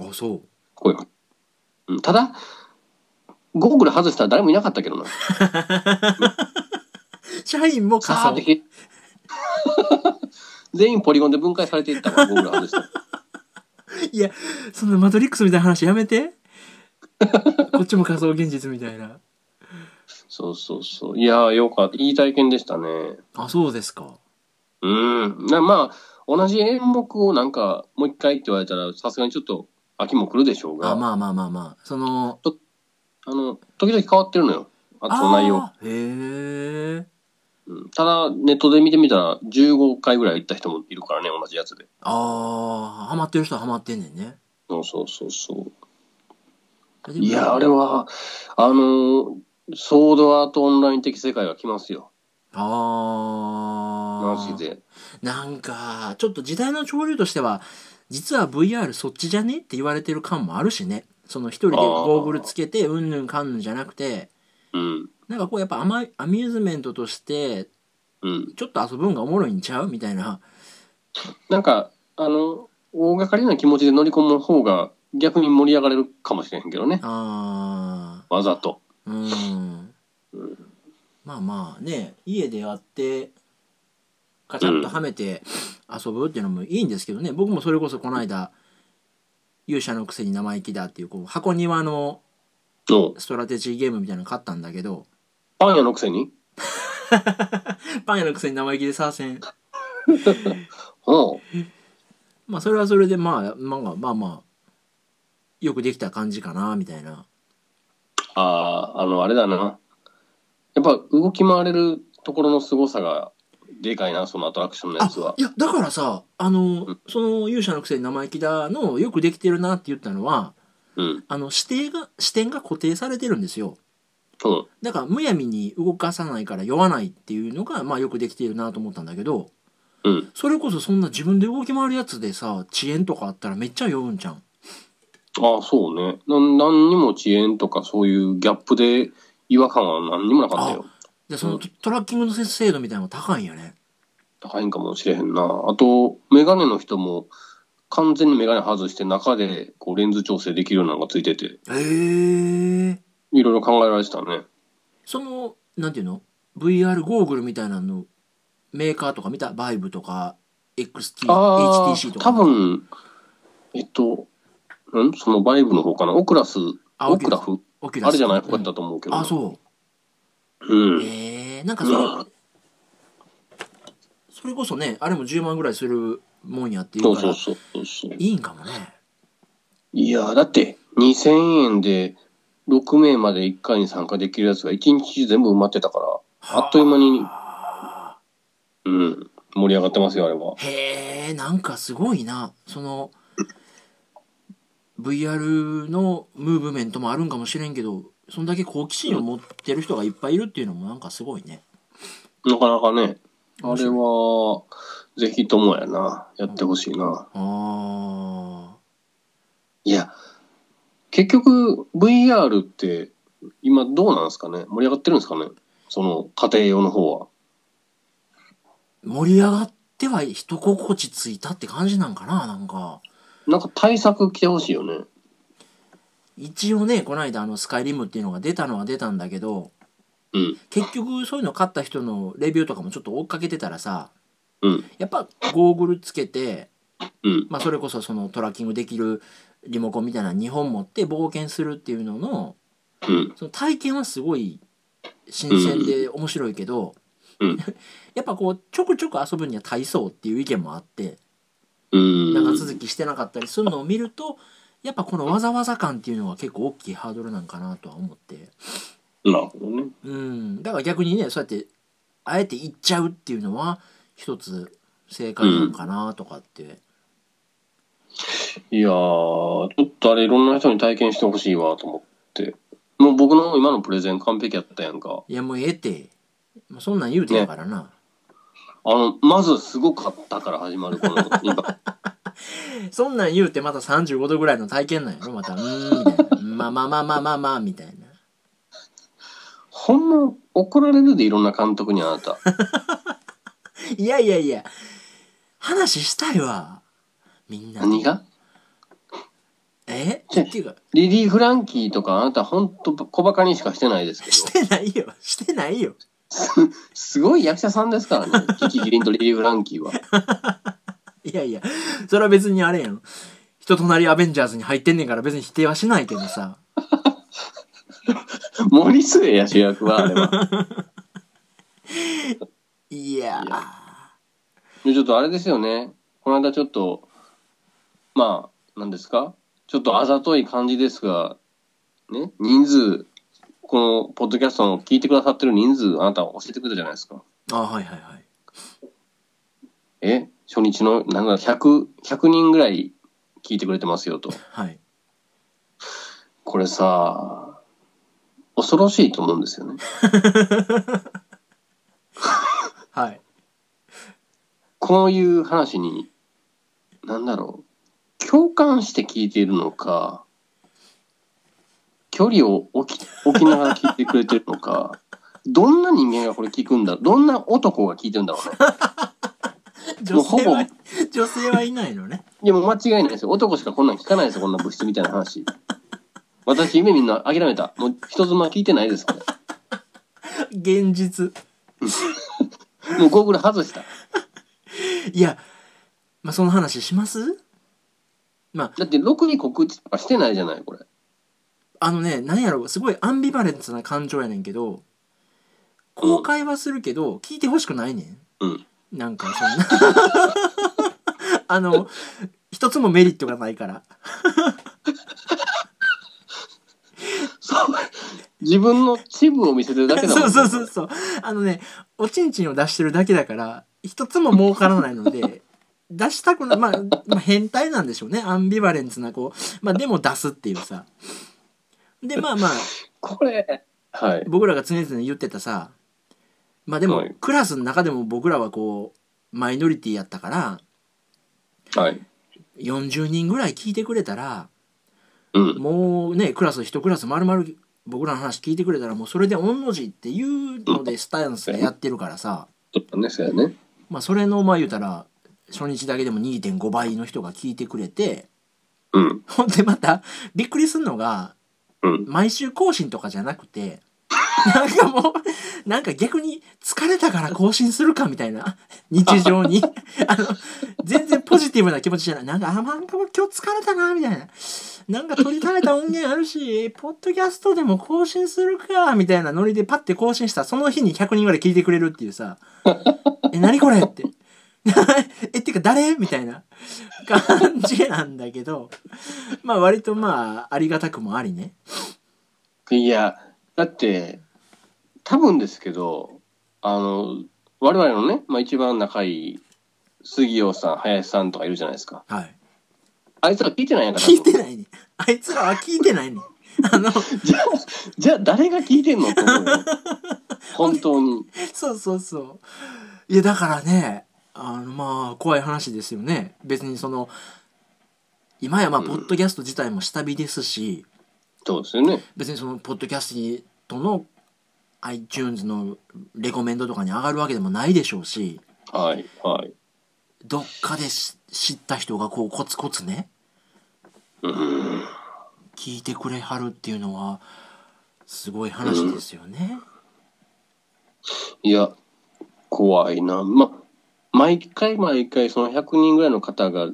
Speaker 2: あそう
Speaker 1: 声かけ、うん、ただ、ゴーグル外したら誰もいなかったけどな。
Speaker 2: 社員も
Speaker 1: さあ
Speaker 2: 仮
Speaker 1: って
Speaker 2: 装
Speaker 1: ひ [laughs] 全員ポリゴンで分解されていったわ、ゴーグル外したら。
Speaker 2: いやそんなマトリックスみたいな話やめ [laughs] てこっちも仮想現実みたいな
Speaker 1: そうそうそう。いやー、よかった。いい体験でしたね。
Speaker 2: あそうですか
Speaker 1: うん。なまあ、同じ演目をなんか、もう一回って言われたら、さすがにちょっと、秋も来るでしょうが、
Speaker 2: あまあまあまあまあその
Speaker 1: あの、時々変わってるのよ。あと内容。
Speaker 2: あーへえ
Speaker 1: うんただ、ネットで見てみたら、15回ぐらい行った人もいるからね、同じやつで。
Speaker 2: ああハマってる人はハマってんねんね
Speaker 1: そうそうそうそう。
Speaker 2: でも
Speaker 1: いや、あれは、あのーソードアートオンライン的世界が来ますよ。
Speaker 2: あ
Speaker 1: マジ
Speaker 2: ー
Speaker 1: で。
Speaker 2: なんかちょっと時代の潮流としては実は VR そっちじゃねって言われてる感もあるしねその一人で
Speaker 1: あー
Speaker 2: ゴーグルつけてうんぬんかんぬんじゃなくて
Speaker 1: うん。
Speaker 2: なんかこうやっぱアマアミューズメントとして
Speaker 1: うん。
Speaker 2: ちょっと遊ぶんがおもろいんちゃうみたいな
Speaker 1: なんか、あの、大掛かりな気持ちで乗り込む方が、逆に盛り上がれるかもしれへんけどね。
Speaker 2: あ
Speaker 1: わざと。
Speaker 2: ーうんまあまあね家でやってカチャッとはめて遊ぶっていうのもいいんですけどね僕もそれこそこの間勇者のくせに生意気だっていうこう箱庭の
Speaker 1: の、
Speaker 2: ストラテジーゲームみたいなの買ったんだけど
Speaker 1: パン屋のくせに
Speaker 2: パン屋のくせに生意気で参戦
Speaker 1: うん。
Speaker 2: まあそれはそれでまあまあまあまあよくできた感じかなみたいな
Speaker 1: ああ、あの、あれだな。やっぱ動き回れるところの凄さがでかいな、そのアトラクションのや
Speaker 2: あ
Speaker 1: つは。
Speaker 2: いやだからさあの、
Speaker 1: うん
Speaker 2: その勇者のくせに生意気だのよくできてるなって言ったのは
Speaker 1: うん。
Speaker 2: あの視点が視点が固定されてるんですよ
Speaker 1: うん。
Speaker 2: だからむやみに動かさないから酔わないっていうのがまあよくできているなと思ったんだけど
Speaker 1: うん。
Speaker 2: それこそそんな自分で動き回るやつでさ遅延とかあったらめっちゃ酔うんじゃん
Speaker 1: ああ、そうね。な何にも遅延とかそういうギャップで違和感は何にもなかったよ。
Speaker 2: でそのトトラッキングの精度みたいなのが高いんやね
Speaker 1: 高いんかもしれへんな。あと、メガネの人も完全にメガネ外して中でこうレンズ調整できるようなのがついてて、
Speaker 2: へえ
Speaker 1: いろいろ考えられてたね。
Speaker 2: そのなんていうの VR ゴーグルみたいなのメーカーとか見たバイブとか XT
Speaker 1: ああ
Speaker 2: HTC と、か
Speaker 1: 多分、えっと、んそのバイブの方かな。オクラス、
Speaker 2: あ
Speaker 1: オクラフ
Speaker 2: オキュラ
Speaker 1: あ
Speaker 2: ス
Speaker 1: れじゃない
Speaker 2: うん
Speaker 1: 方やったと思うけど。。
Speaker 2: あそううんえー、なんかそれそれこそねあれも10万ぐらいするもんやってい
Speaker 1: そうう
Speaker 2: か
Speaker 1: そ
Speaker 2: ら
Speaker 1: うそうそうそう。
Speaker 2: いいんかもね
Speaker 1: いやー、だって、2000円で6名まで1回に参加できるやつが1日中全部埋まってたから、あっという間に、うん、盛り上がってますよ、あれは。
Speaker 2: へえなんかすごいなその VR のムーブメントもあるんかもしれんけどそんだけ好奇心を持ってる人がいっぱいいるっていうのもなんかすごいね
Speaker 1: なかなかね、あ
Speaker 2: 面
Speaker 1: れ
Speaker 2: 白い
Speaker 1: は、ぜひともやな、やってほしいな。
Speaker 2: ああ
Speaker 1: いや、結局、VR って、今どうなんですかね盛り上がってるんですかねその、家庭用の方は。
Speaker 2: 盛り上がっては人心地ついたって感じなんかななんか
Speaker 1: なんか対策来てほしいよね。
Speaker 2: 一応ねこの間あのスカイリムっていうのが出たのは出たんだけど
Speaker 1: うん、
Speaker 2: 結局そういうの買った人のレビューとかもちょっと追っかけてたらさ
Speaker 1: うん、
Speaker 2: やっぱゴーグルつけて、
Speaker 1: うん、
Speaker 2: まあ、それこそそのトラッキングできるリモコンみたいな2本持って冒険するっていうのの
Speaker 1: うん。
Speaker 2: その体験はすごい新鮮で面白いけど、
Speaker 1: うん
Speaker 2: [laughs] やっぱこうちょくちょく遊ぶには体操っていう意見もあって。
Speaker 1: うん。
Speaker 2: 長続きしてなかったりするのを見るとやっぱこのわざわざ感っていうのは結構大きいハードルなんかなとは思って
Speaker 1: なるほどね。
Speaker 2: うんだから逆にねそうやってあえて行っちゃうっていうのは一つ正解なのかなとかって、
Speaker 1: いやー、ちょっとあれいろんな人に体験してほしいわと思って。もう僕の今のプレゼン完璧やったやんか。
Speaker 2: いやもうええってまあそんなん言うてやからな、
Speaker 1: あの、まずすごかったから始まるこの、
Speaker 2: [laughs]
Speaker 1: 今
Speaker 2: そんなん言うてまた35度ぐらいの体験なんやろまたうーんみたいなまあまあまあまあまあまあみたいな
Speaker 1: ほんま怒られるでいろんな監督にあなた。
Speaker 2: いやいやいや、話したいわ。みんな。
Speaker 1: 何が
Speaker 2: え
Speaker 1: ちょ
Speaker 2: っていうか、
Speaker 1: リリー・フランキーとかあなたほんと小バカにしかしてないですけど
Speaker 2: してないよ。してないよ。
Speaker 1: すごい役者さんですからねキキキリンとリリー・フランキーは
Speaker 2: いやいや、それは別にあれやん。人となりアベンジャーズに入ってんねんから別に否定はしないけどさ。
Speaker 1: 森末や主役はあれはい
Speaker 2: やー。
Speaker 1: でちょっとあれですよねこの間ちょっとまあ何ですかちょっとあざとい感じですがね人数このポッドキャストの聞いてくださってる人数あなた教えてくれたじゃないですか
Speaker 2: あ、はいはいはい。
Speaker 1: え初日のなんか 100, 100人ぐらい聞いてくれてますよと
Speaker 2: はい。
Speaker 1: これさ恐ろしいと思うんですよね
Speaker 2: はい。
Speaker 1: こういう話に、なんだろう、共感して聞いているのか、距離を置き置きながら聞いてくれてるのか、どんな人間がこれ聞くんだどんな男が聞いてるんだろうね。も
Speaker 2: 女
Speaker 1: うほぼ
Speaker 2: 性は、女性はいないのね。
Speaker 1: いやもう間違いないですよ。男しかこんなん聞かないですよ、こんな物質みたいな話。私、夢みんな諦めた。もう人妻聞いてないですから。
Speaker 2: 現実。
Speaker 1: もうゴーグル外した。
Speaker 2: いや、まあ、その話しますまあ、
Speaker 1: だって、ろくに告知とかしてないじゃない、これ。
Speaker 2: あのね、なんやろう、すごいアンビバレントな感情やねんけど、公開はするけど、聞いてほしくないねん。
Speaker 1: うん。
Speaker 2: なんか、そんな。 [laughs] あの、一つもメリットがないから。
Speaker 1: そう。自分のチブを見せてるだけだもん、
Speaker 2: そうそうそうそう。あのね、おちんちんを出してるだけだから、一つも儲からないの
Speaker 1: [laughs]
Speaker 2: で、出したくない、まあ、まあ、変態なんでしょうね。アンビバレンスな子。まあ、でも出すっていうさ。で、まあまあ、
Speaker 1: これ、はい。
Speaker 2: 僕らが常々言ってたさまあでも、
Speaker 1: はい
Speaker 2: クラスの中でも僕らはこうマイノリティやったから
Speaker 1: はい。
Speaker 2: 40人ぐらい聞いてくれたら
Speaker 1: うん。
Speaker 2: もうねクラス一クラス丸々僕らの話聞いてくれたらもうそれで御の字っていうのでスタンスでやってるからさ、
Speaker 1: そうなんですよね。
Speaker 2: まあ、それのまあ言うたら初日だけでも2.5倍の人が聞いてくれて
Speaker 1: うん。
Speaker 2: ほんでまたびっくりすんのが
Speaker 1: うん。
Speaker 2: 毎週更新とかじゃなくて [laughs] なんかもうなんか逆に疲れたから更新するかみたいな日常に [laughs] あの全然ポジティブな気持ちじゃないなんかあまあなんかもう今日疲れたなみたいななんか取りためた音源あるしポッドキャストでも更新するかみたいなノリでパッて更新したらその日に100人ぐらい聞いてくれるっていうさ「え何これ?」って [laughs] 「えってか誰?」みたいな感じなんだけどまあ割とまあありがたくもありね。
Speaker 1: いや、だって、多分ですけど、あの、我々のね、まあ一番仲いい杉尾さん、林さんとかいるじゃないですか。
Speaker 2: はい
Speaker 1: あいつら聞いてないんやから。
Speaker 2: 聞いてないねんあいつらは聞いて
Speaker 1: [laughs]
Speaker 2: ないねんあの
Speaker 1: じゃあ、じゃあ誰が聞いてんのと [laughs] 思うよ。本当に。
Speaker 2: そうそうそういやだからねあのまあ怖い話ですよね別にその今やまあ
Speaker 1: うん
Speaker 2: ポッドキャスト自体も下火ですし、
Speaker 1: そうですよね。
Speaker 2: 別にそのポッドキャストの iTunes のレコメンドとかに上がるわけでもないでしょうし
Speaker 1: はい、はい。
Speaker 2: どっかでし知った人がこうコツコツね
Speaker 1: うん。
Speaker 2: 聞いてくれはるっていうのはすごい話ですよね。
Speaker 1: いや、怖いな。ま、毎回毎回その100人ぐらいの方が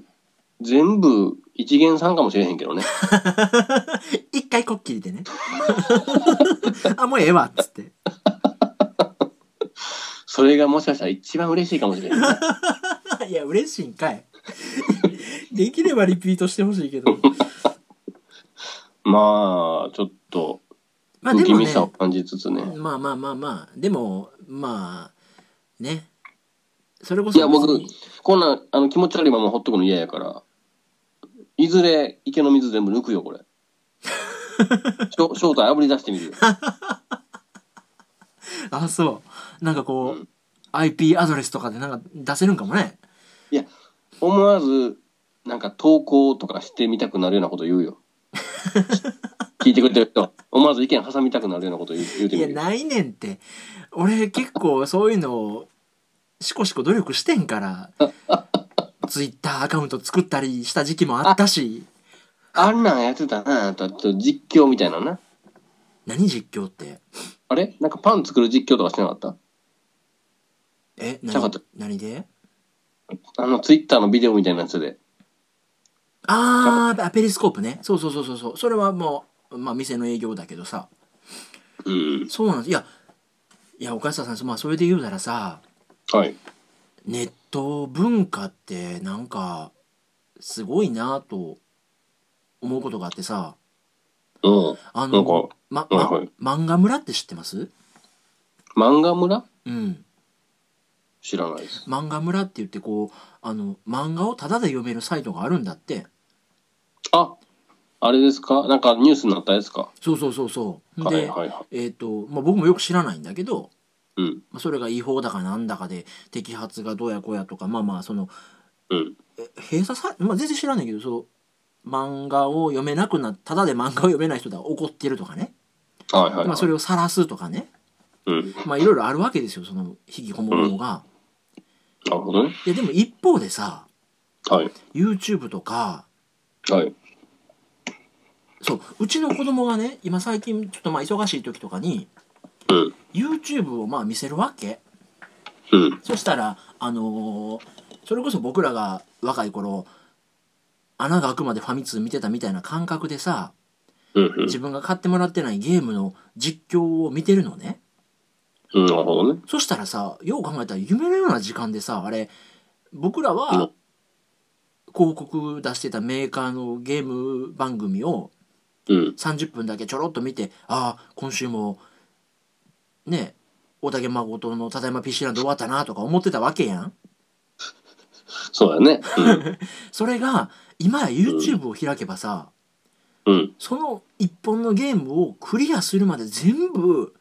Speaker 1: 全部一元さんかもしれへんけどね。
Speaker 2: 一回こっきりでね [laughs] あもうええわっつって [laughs]
Speaker 1: それがもしかしたら一番嬉しいかもしれない。
Speaker 2: いや嬉しいんかい [laughs] できればリピートしてほしいけど
Speaker 1: まあ、ちょっと、
Speaker 2: まあ
Speaker 1: 不
Speaker 2: で
Speaker 1: 気
Speaker 2: も
Speaker 1: 味
Speaker 2: ね
Speaker 1: さを感じつつね。
Speaker 2: まあまあまあまあでもまあねそれこそ
Speaker 1: いや、
Speaker 2: 別
Speaker 1: 僕
Speaker 2: に、
Speaker 1: こんな、あの、気持ち悪いままほっとくの嫌やから、いずれ池の水全部抜くよ、
Speaker 2: [laughs]
Speaker 1: これ。しょ正体炙り出してみるよ。
Speaker 2: あそうなんかこ
Speaker 1: う
Speaker 2: う、
Speaker 1: ん
Speaker 2: IP アドレスとかでなんか出せるんかもね
Speaker 1: 思
Speaker 2: [laughs]
Speaker 1: わず、なんか投稿とかしてみたくなるようなこと言うよ。聞いてくれてる人、思わず意見挟みたくなるようなこと言う言うて
Speaker 2: い
Speaker 1: み
Speaker 2: や
Speaker 1: る。
Speaker 2: ないねんって俺結構そういうのをしこしこ努力して
Speaker 1: [laughs]
Speaker 2: んからツイッターアカウント作ったりした時期もあったし
Speaker 1: あんなんやってたなあと、あと実況みたいなのな。
Speaker 2: 何実況って
Speaker 1: あれなんかパン作る実況とかしてなかった
Speaker 2: え
Speaker 1: ちゃうか
Speaker 2: 何
Speaker 1: った
Speaker 2: 何で
Speaker 1: あの、ツイッターのビデオみたいなやつで。
Speaker 2: あーあペリスコープねそうそうそうそうそうそれはもう、まあ、店の営業だけどさ
Speaker 1: うん。
Speaker 2: そうなんですいやいや岡下さん、まあ、それで言うならさ
Speaker 1: はい。
Speaker 2: ネット文化ってなんかすごいなと思うことがあってさ
Speaker 1: うん。
Speaker 2: あ
Speaker 1: なんか
Speaker 2: の、ま
Speaker 1: うん
Speaker 2: ま
Speaker 1: はい
Speaker 2: 漫画村って知ってます
Speaker 1: 漫画村
Speaker 2: うん
Speaker 1: 知らないです。
Speaker 2: 漫画村って言ってこうあの漫画をタダで読めるサイトがあるんだって
Speaker 1: あ、あれですかなんかニュースになったやつか。
Speaker 2: そうそうそうそう
Speaker 1: はい
Speaker 2: で、
Speaker 1: はいはい。
Speaker 2: えっ、と、まあ、僕もよく知らないんだけど、
Speaker 1: うん。
Speaker 2: まあ、それが違法だかなんだかで摘発がどうやこうやとかまあまあその
Speaker 1: うん。
Speaker 2: え閉鎖さ、まあ、全然知らないけどそう漫画を読めなくなっただで漫画を読めない人だ怒ってるとかね、
Speaker 1: はいはい、はい。
Speaker 2: まあ、それを晒すとかね
Speaker 1: うん。
Speaker 2: まあいろいろあるわけですよその引きこもりのが。
Speaker 1: なるほどね。
Speaker 2: いやでも一方でさ
Speaker 1: はい。
Speaker 2: YouTube とか
Speaker 1: はい。
Speaker 2: そううちの子供がね今最近ちょっとまあ忙しい時とかに
Speaker 1: うん
Speaker 2: YouTube をまあ見せるわけ
Speaker 1: うん。
Speaker 2: そしたらあのーそれこそ僕らが若い頃穴が開くまでファミ通見てたみたいな感覚でさ
Speaker 1: うん。うん
Speaker 2: 自分が買ってもらってないゲームの実況を見てるのね
Speaker 1: うん。なるほどね。
Speaker 2: そしたらさよう考えたら夢のような時間でさあれ僕ら
Speaker 1: う
Speaker 2: は
Speaker 1: ん
Speaker 2: 広告出してたメーカーのゲーム番組を
Speaker 1: うん。
Speaker 2: 30分だけちょろっと見てああ今週もね大竹誠の「ただいま PC ランド」終わったなとか思ってたわけやん
Speaker 1: そうだね。
Speaker 2: [laughs] それが今や YouTube を開けばさ、
Speaker 1: うん。うん。
Speaker 2: その一本のゲームをクリアするまで全部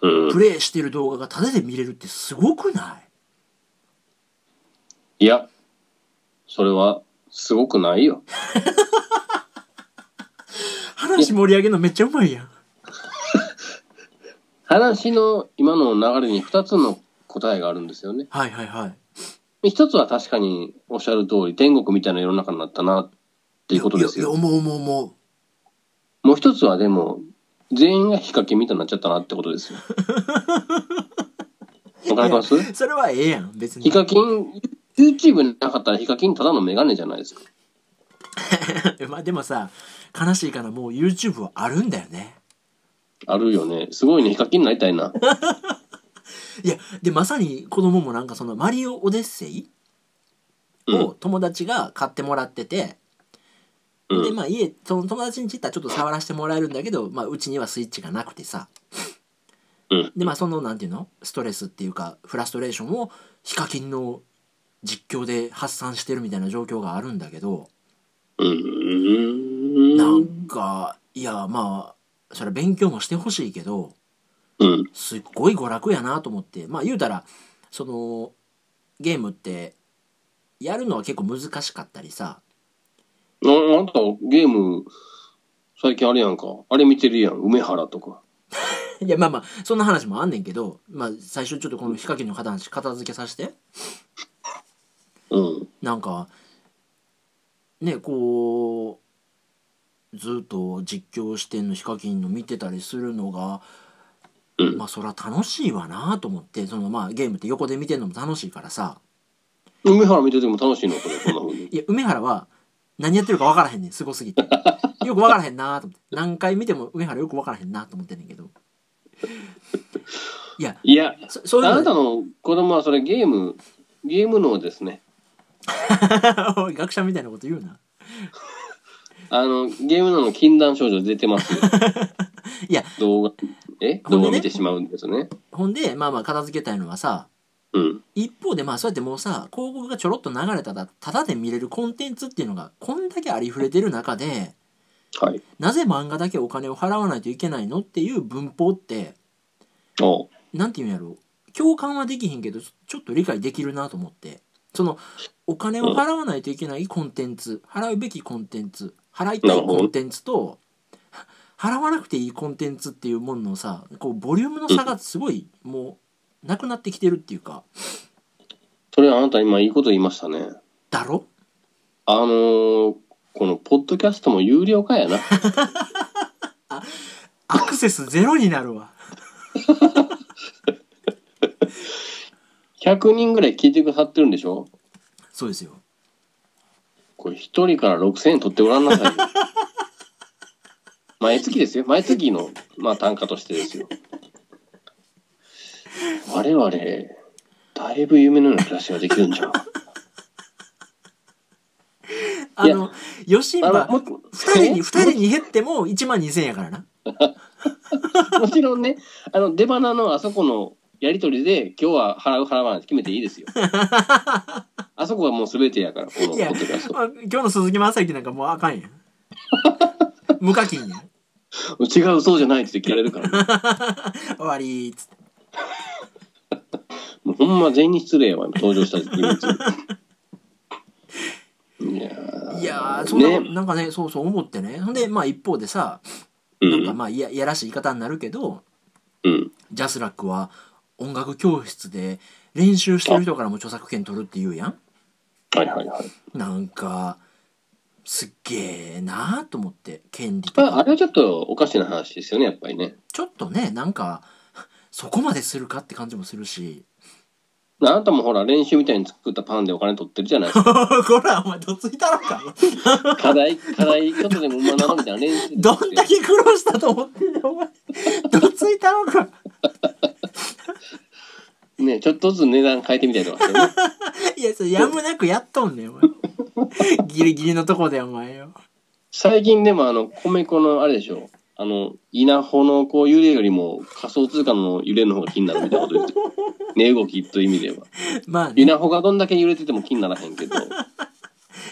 Speaker 1: うん
Speaker 2: プ。レイしてる動画がタダで見れるってすごくない
Speaker 1: いや、それは、すごくないよ。
Speaker 2: 話盛り上げるのめっちゃうまいやん
Speaker 1: 話の今の流れに2つの答えがあるんですよね。
Speaker 2: はいはいはい
Speaker 1: 一つは確かにおっしゃる通り、天国みたいな世の中になったなっていうことです
Speaker 2: いや
Speaker 1: よ。
Speaker 2: いや思う思う思う
Speaker 1: もう一つはでも、全員がヒカキンみたいになっちゃったなってこと
Speaker 2: [laughs]
Speaker 1: ですよ。わかります
Speaker 2: それはええやん別に
Speaker 1: ヒカキン、YouTube になかったらヒカキンただのメガネじゃないですか。
Speaker 2: [laughs] まあでもさ悲しいからもう YouTube はあるんだよね
Speaker 1: あるよね。すごいね、ヒカキンになりたいな。
Speaker 2: いやでまさに子供もなんかその「マリオ・オデッセイ」
Speaker 1: うん
Speaker 2: を友達が買ってもらってて、
Speaker 1: う
Speaker 2: で
Speaker 1: ん。
Speaker 2: まあ家その友達に行ったらちょっと触らせてもらえるんだけど、まあ、うちにはスイッチがなくてさ
Speaker 1: うん。
Speaker 2: でまあそのなんていうのストレスっていうかフラストレーションをヒカキンの実況で発散してるみたいな状況があるんだけど
Speaker 1: うん。
Speaker 2: なんかいやまあそれ勉強もしてほしいけど
Speaker 1: うん。
Speaker 2: すっごい娯楽やなと思ってまあ言うたらそのゲームってやるのは結構難しかったりさ
Speaker 1: なあんたゲーム、最近あれやんか。あれ見てるやん。梅原とか。
Speaker 2: いやまあまあそんな話もあんねんけど、まあ、最初ちょっとこのヒカキンの片話片付けさせて
Speaker 1: うん。
Speaker 2: なんかねこうずっと実況してんのヒカキンの見てたりするのが
Speaker 1: うん
Speaker 2: まあそりゃ楽しいわなと思ってそのまあゲームって横で見てんのも楽しいからさ
Speaker 1: 梅原見てても楽しいのこれ、こんな風に。
Speaker 2: いや梅原は何やってるか分からへんねんすごすぎてよく分からへんなと思って何回見ても梅原よく分からへんなと思ってんねんけどいや
Speaker 1: いや、
Speaker 2: [laughs] そそう
Speaker 1: あ
Speaker 2: い
Speaker 1: な
Speaker 2: う
Speaker 1: た
Speaker 2: の
Speaker 1: の子供はそれゲーム、ゲーム脳ですね。
Speaker 2: [laughs] おい学者みたいなこと言うな
Speaker 1: あの、ゲーム脳の禁断症状出てますよ。
Speaker 2: [laughs] いや
Speaker 1: 動画、え
Speaker 2: ほ
Speaker 1: 動
Speaker 2: んでね
Speaker 1: 画見てしまうんですね。
Speaker 2: ほんでまあまあ片付けたいのはさ
Speaker 1: うん。
Speaker 2: 一方でまあそうやってもうさ広告がちょろっと流れたらただで見れるコンテンツっていうのがこんだけありふれてる中で
Speaker 1: はい。
Speaker 2: なぜ漫画だけお金を払わないといけないのっていう文法って
Speaker 1: おう
Speaker 2: なんていうんやろう共感はできへんけどちょちょっと理解できるなと思ってそのお金を払わないといけないコンテンツ払うべきコンテンツ払いたいコンテンツと払わなくていいコンテンツっていうもののさこうボリュームの差がすごいもうなくなってきてるっていうか
Speaker 1: それあなた今いいこと言いましたね。
Speaker 2: だろ
Speaker 1: あのーこのポッドキャストも有料化や
Speaker 2: [laughs]
Speaker 1: な。
Speaker 2: アクセスゼロになるわ
Speaker 1: 100人ぐらい聞いてくださってるんでしょ
Speaker 2: そうですよ
Speaker 1: これ一人から6000円取ってごらんなさい
Speaker 2: [laughs]
Speaker 1: よ。毎月ですよ。毎月の、まあ、単価としてですよ。我々、だいぶ夢のような暮らしができるんじ
Speaker 2: [laughs]
Speaker 1: ゃん。
Speaker 2: あのヨシンバ
Speaker 1: も
Speaker 2: 2人に2人に減っても1万2000円やからな [laughs]
Speaker 1: もちろんね、あの、出花のあそこのやりとりで、今日は払う払わないって決めていいです
Speaker 2: [laughs]
Speaker 1: よ。あそこはもう全てやから、このポ
Speaker 2: いや
Speaker 1: ッドキャスト。
Speaker 2: まあ今日の鈴木雅之なんかもうあかんやん無課金やん
Speaker 1: 違う、そうじゃないって聞かれるから、ね、
Speaker 2: 終わりーっつって
Speaker 1: もうほんま全員に失礼やわ、登場した時に。いやー
Speaker 2: いやーそんなこと、
Speaker 1: ね
Speaker 2: なんかねそうそう思ってねほんでまあ一方でさ
Speaker 1: う
Speaker 2: なんか
Speaker 1: ん、
Speaker 2: まあいやいやらしい言い方になるけど
Speaker 1: うん。
Speaker 2: ジャスラックは音楽教室で練習してる人からも著作権取るって言うやん
Speaker 1: はいはいはい。
Speaker 2: なんかすっげえなーと思って権利と
Speaker 1: まあ、あ
Speaker 2: か
Speaker 1: れはちょっとおかしな話ですよね、やっぱりね。
Speaker 2: ちょっとねなんかそこまでするかって感じもするし [laughs]
Speaker 1: あなたもほら、練習みたいに作ったパンでお金取ってるじゃない
Speaker 2: [laughs]
Speaker 1: ですか。
Speaker 2: こらお前どついたのか
Speaker 1: 課題、課題、ちょっとでも学ぼうみたいな練習ですよ
Speaker 2: [laughs] [laughs] どんだけ苦労したと思ってんだよお前どついたのか
Speaker 1: ね、ちょっとずつ値段変えてみたりとかしてね。
Speaker 2: いやそれやむなくやっとんねんお前 [laughs] ギリギリのとこでお前よ
Speaker 1: 最近でもあの米粉のあれでしょあの稲穂のこう揺れよりも仮想通貨の揺れの方が気になるみたいなこと言っ
Speaker 2: [laughs]
Speaker 1: てた値動きという意味では
Speaker 2: まあね
Speaker 1: 稲穂がどんだけ揺れてても気にならへんけど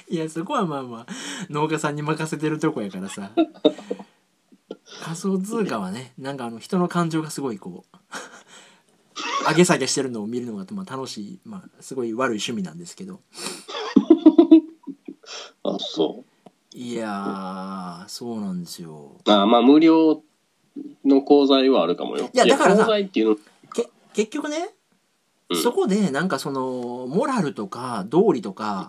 Speaker 2: いやそこはまあまあ農家さんに任せてるとこやからさ仮想通貨はねなんかあの人の感情がすごいこう [laughs] 上げ下げしてるのを見るのがまあ楽しい、まあ、すごい悪い趣味なんですけど
Speaker 1: あそ
Speaker 2: いやーそうなんですよ
Speaker 1: うあまあ無料の口座はあるかもよ
Speaker 2: いやだからさ
Speaker 1: 口座っていうの
Speaker 2: け結局ね、
Speaker 1: うん
Speaker 2: そこでなんかそのモラルとか道理とか、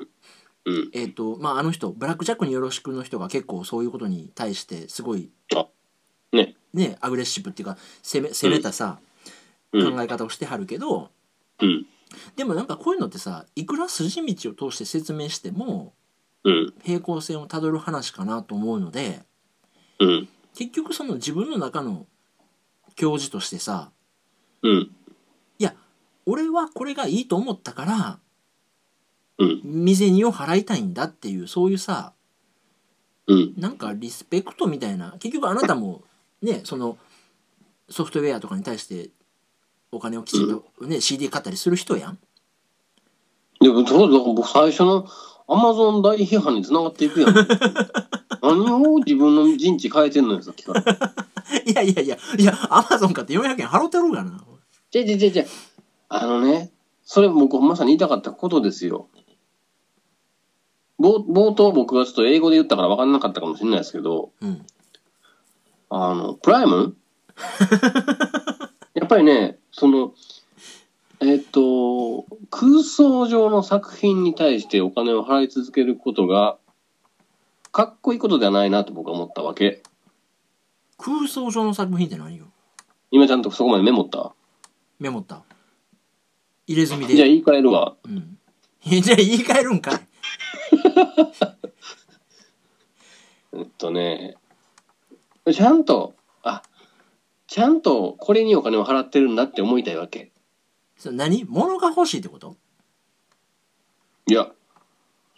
Speaker 1: うん
Speaker 2: えっ、とまああの人ブラック・ジャックによろしくの人が結構そういうことに対してすごい
Speaker 1: あね
Speaker 2: ねアグレッシブっていうか攻め攻めたさ、
Speaker 1: うん
Speaker 2: 考え方をしてはるけど、
Speaker 1: うん
Speaker 2: でもなんかこういうのってさいくら筋道を通して説明しても
Speaker 1: うん
Speaker 2: 平行線をたどる話かなと思うので
Speaker 1: うん
Speaker 2: 結局その自分の中の教授としてさ
Speaker 1: うん
Speaker 2: 俺はこれがいいと思ったから
Speaker 1: うん
Speaker 2: 未銭を払いたいんだっていうそういうさ
Speaker 1: うん
Speaker 2: なんかリスペクトみたいな結局あなたもねそのソフトウェアとかに対してお金をきちんと、ね CD 買ったりする人やん [laughs]
Speaker 1: でもそうだから僕最初のアマゾン大批判につながってい
Speaker 2: [laughs]
Speaker 1: くやん何を自分の陣地変えてんのよさっきから
Speaker 2: いやいやいやいやアマゾン買って400円払ってやろうからな
Speaker 1: じゃじゃじゃじゃあのね、それ僕まさに言いたかったことですよ。冒冒頭僕がちょっと英語で言ったから分かんなかったかもしれないですけど、
Speaker 2: うん
Speaker 1: あの、プライムやっぱりね、その、えっと、空想上の作品に対してお金を払い続けることが、かっこいいことではないなと僕は思ったわけ。
Speaker 2: 空想上の作品って何よ
Speaker 1: 今ちゃんとそこまでメモった
Speaker 2: メモった入れ墨で
Speaker 1: じゃあ言い換えるわ。
Speaker 2: うん、いやじゃあ言い換えるんかい
Speaker 1: えっとね、ちゃんと、あ、ちゃんとこれにお金を払ってるんだって思いたいわけ。
Speaker 2: それ何物が欲しいってこと [laughs]
Speaker 1: いや、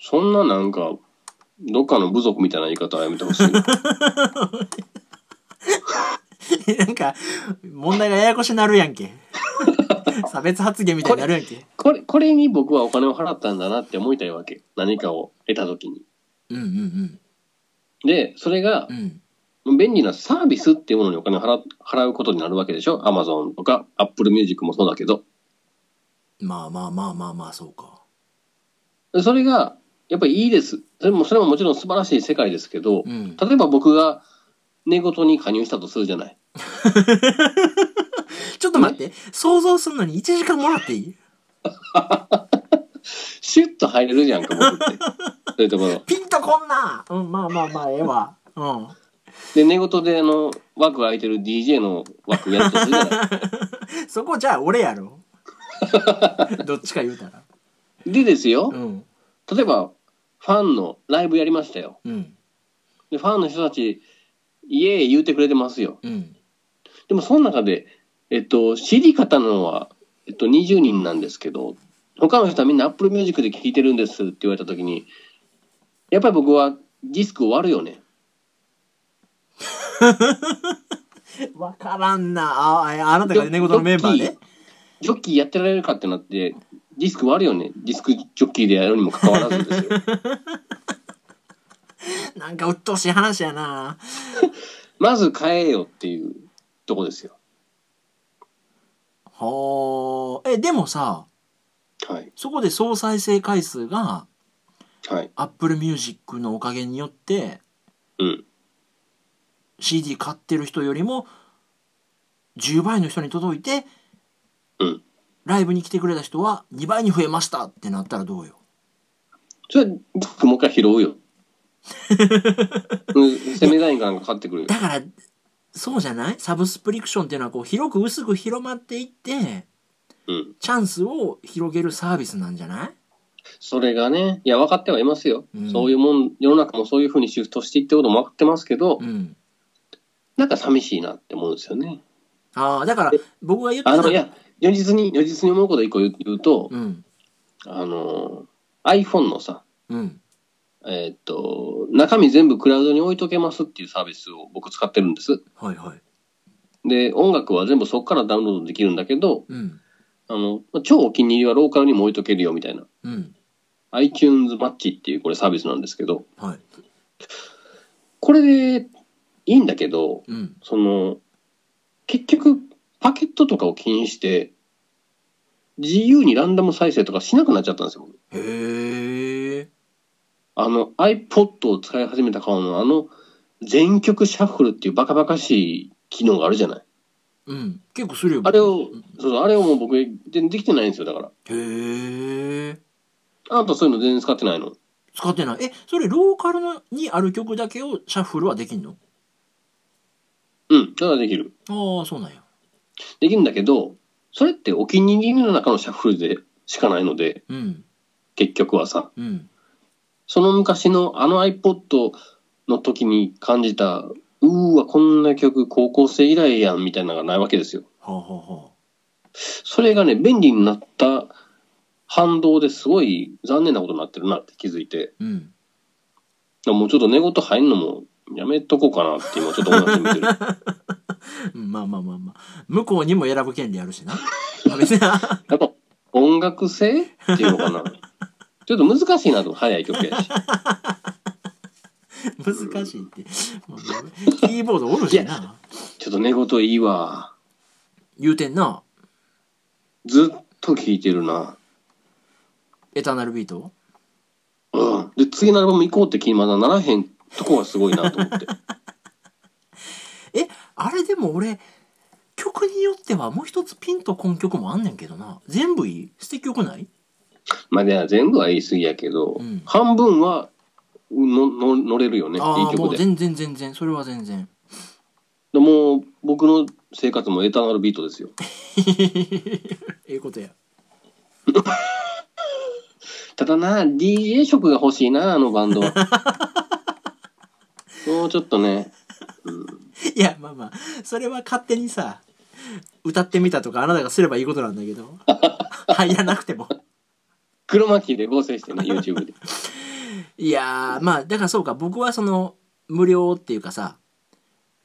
Speaker 1: そんななんか、どっかの部族みたいな言い方はやめてほしいな。
Speaker 2: なんか問題がややこしなるやんけ差別発言みたいになるやんけ
Speaker 1: これ、これに僕はお金を払ったんだなって思いたいわけ。何かを得た時に。
Speaker 2: うんうん
Speaker 1: で、それが
Speaker 2: うんうん
Speaker 1: 便利なサービスっていうものにお金を払払うことになるわけでしょ ?Amazon とか Apple Music もそうだけど。
Speaker 2: まあまあまあまあまあそうか
Speaker 1: それが、やっぱりいいです。それも、それももちろん素晴らしい世界ですけど、
Speaker 2: うん
Speaker 1: 例えば僕が寝言に加入したとするじゃない。
Speaker 2: ちょっと待って、想像するのに1時間もらっていい
Speaker 1: シュッと入れるじゃんか、僕
Speaker 2: [laughs]
Speaker 1: って。そういうところ。
Speaker 2: ピンとこんなうん、まあまあまあ、ええわ。うん。
Speaker 1: で、寝言で、あの、枠空いてる DJ の枠やるとするじゃない。
Speaker 2: そこじゃあ俺や [laughs] ろ。どっちか言うたら。
Speaker 1: でですよ
Speaker 2: う、ん。
Speaker 1: 例えば、ファンのライブやりましたよ。
Speaker 2: うん。
Speaker 1: で、ファンの人たち、イエーイ言うてくれてますよ。
Speaker 2: うん。
Speaker 1: でも、その中で、えっと、知り方なのは、えっと、20人なんですけど、他の人はみんな Apple Music で聴いてるんですって言われたときに、やっぱり僕はディスクを割るよね。
Speaker 2: わからんな。あ、ああなたが寝言のメンバー
Speaker 1: ジョッ
Speaker 2: で。
Speaker 1: ジョッキーやってられるかってなって、ディスク割るよね。ディスクジョッキーでやるにもかかわらず
Speaker 2: [laughs]
Speaker 1: ですよ。
Speaker 2: なんか鬱陶しい話やな。
Speaker 1: まず変えよっていうとこですよ。
Speaker 2: ほー。え、でもさ、
Speaker 1: はい。
Speaker 2: そこで総再生回数が
Speaker 1: はい。
Speaker 2: Apple Music のおかげによって
Speaker 1: うん。
Speaker 2: CD 買ってる人よりも10倍の人に届いて
Speaker 1: うん。
Speaker 2: ライブに来てくれた人は2倍に増えましたってなったらどうよ
Speaker 1: それは、ディスクもう一回拾う
Speaker 2: [laughs]
Speaker 1: よ。うん、攻めラインかなんか買ってくるよ。
Speaker 2: だからそうじゃないサブスプリクションっていうのはこう広く薄く広まっていって
Speaker 1: うん。
Speaker 2: チャンスを広げるサービスなんじゃない
Speaker 1: それがね、いや、分かってはいますよ。
Speaker 2: うん
Speaker 1: そういうもん、世の中もそういうふうにシフトしていってことも分かってますけど、
Speaker 2: うん
Speaker 1: なんか寂しいなって思うんですよね。
Speaker 2: ああだから僕が言って
Speaker 1: あ
Speaker 2: た
Speaker 1: の、いや、如実に、如実に思うこと一個言う言うと、
Speaker 2: うん
Speaker 1: あの、iPhone のさ、
Speaker 2: うん
Speaker 1: えーっと、中身全部クラウドに置いとけますっていうサービスを僕使ってるんです。
Speaker 2: はいはい
Speaker 1: で、音楽は全部そこからダウンロードできるんだけど、
Speaker 2: うん
Speaker 1: あの、まあ超お気に入りはローカルにも置いとけるよみたいな。
Speaker 2: うん
Speaker 1: iTunes マッチっていうこれサービスなんですけど、
Speaker 2: はい
Speaker 1: これでいいんだけど、
Speaker 2: うん
Speaker 1: その、結局、パケットとかを気にして、自由にランダム再生とかしなくなっちゃったんですよ。僕
Speaker 2: へえ
Speaker 1: あの iPod を使い始めた頃のあの全曲シャッフルっていうバカバカしい機能があるじゃない。
Speaker 2: うん結構するよ
Speaker 1: あれを、そうそう、あれをもう僕、全然できてないんですよ、だから。
Speaker 2: へえ
Speaker 1: あなたそういうの全然使ってないの。
Speaker 2: 使ってないえそれローカルのにある曲だけをシャッフルはできんの
Speaker 1: うん、ただできる。
Speaker 2: ああそうなんや
Speaker 1: できるんだけど、それってお気に入りの中のシャッフルでしかないので、
Speaker 2: うん
Speaker 1: 結局はさ、
Speaker 2: うん
Speaker 1: その昔のあの iPod の時に感じた、うーわ、こんな曲高校生以来やんみたいなのがないわけですよ。
Speaker 2: はあはあはあ
Speaker 1: それがね、便利になった反動ですごい残念なことになってるなって気づいて、
Speaker 2: うん
Speaker 1: だからもうちょっと寝言入んのもやめとこうかなって今ちょっと思い始めてる。
Speaker 2: うんまあまあまあまあ向こうにも選ぶ権利あるしな [laughs] まあ別にあ
Speaker 1: やっぱ音楽性っていうのか
Speaker 2: [laughs]
Speaker 1: な。ちょっと難しいなと、早い曲やし。
Speaker 2: 難しいってまあまあキーボードおるしな
Speaker 1: ちょっと寝言いいわ。
Speaker 2: 言うてんな
Speaker 1: ずっと聴いてるな。
Speaker 2: エターナルビート
Speaker 1: うん。で、次のアルバム行こうって気にまだならへんとこがすごいなと
Speaker 2: [laughs]
Speaker 1: 思って。
Speaker 2: えあれでも俺曲によってはもう一つピンとこん曲もあんねんけどな全部いい素敵よくない
Speaker 1: まあ、ね、全部は言い過ぎやけど、
Speaker 2: うん
Speaker 1: 半分はのの乗れるよね、い
Speaker 2: あ
Speaker 1: い
Speaker 2: あも
Speaker 1: 曲で。
Speaker 2: う
Speaker 1: で
Speaker 2: 全然全然それは全然
Speaker 1: もう、僕の生活もエターナルビートですよ。
Speaker 2: ええことや
Speaker 1: ただな、DJ 色が欲しいな、あのバンド
Speaker 2: [laughs]
Speaker 1: は。もうちょっとね、
Speaker 2: いやまあまあそれは勝手にさ歌ってみたとかあなたがすればいいことなんだけど入らなくても
Speaker 1: 黒巻きで合成してね、YouTube で。
Speaker 2: いやーまあだからそうか僕はその無料っていうかさ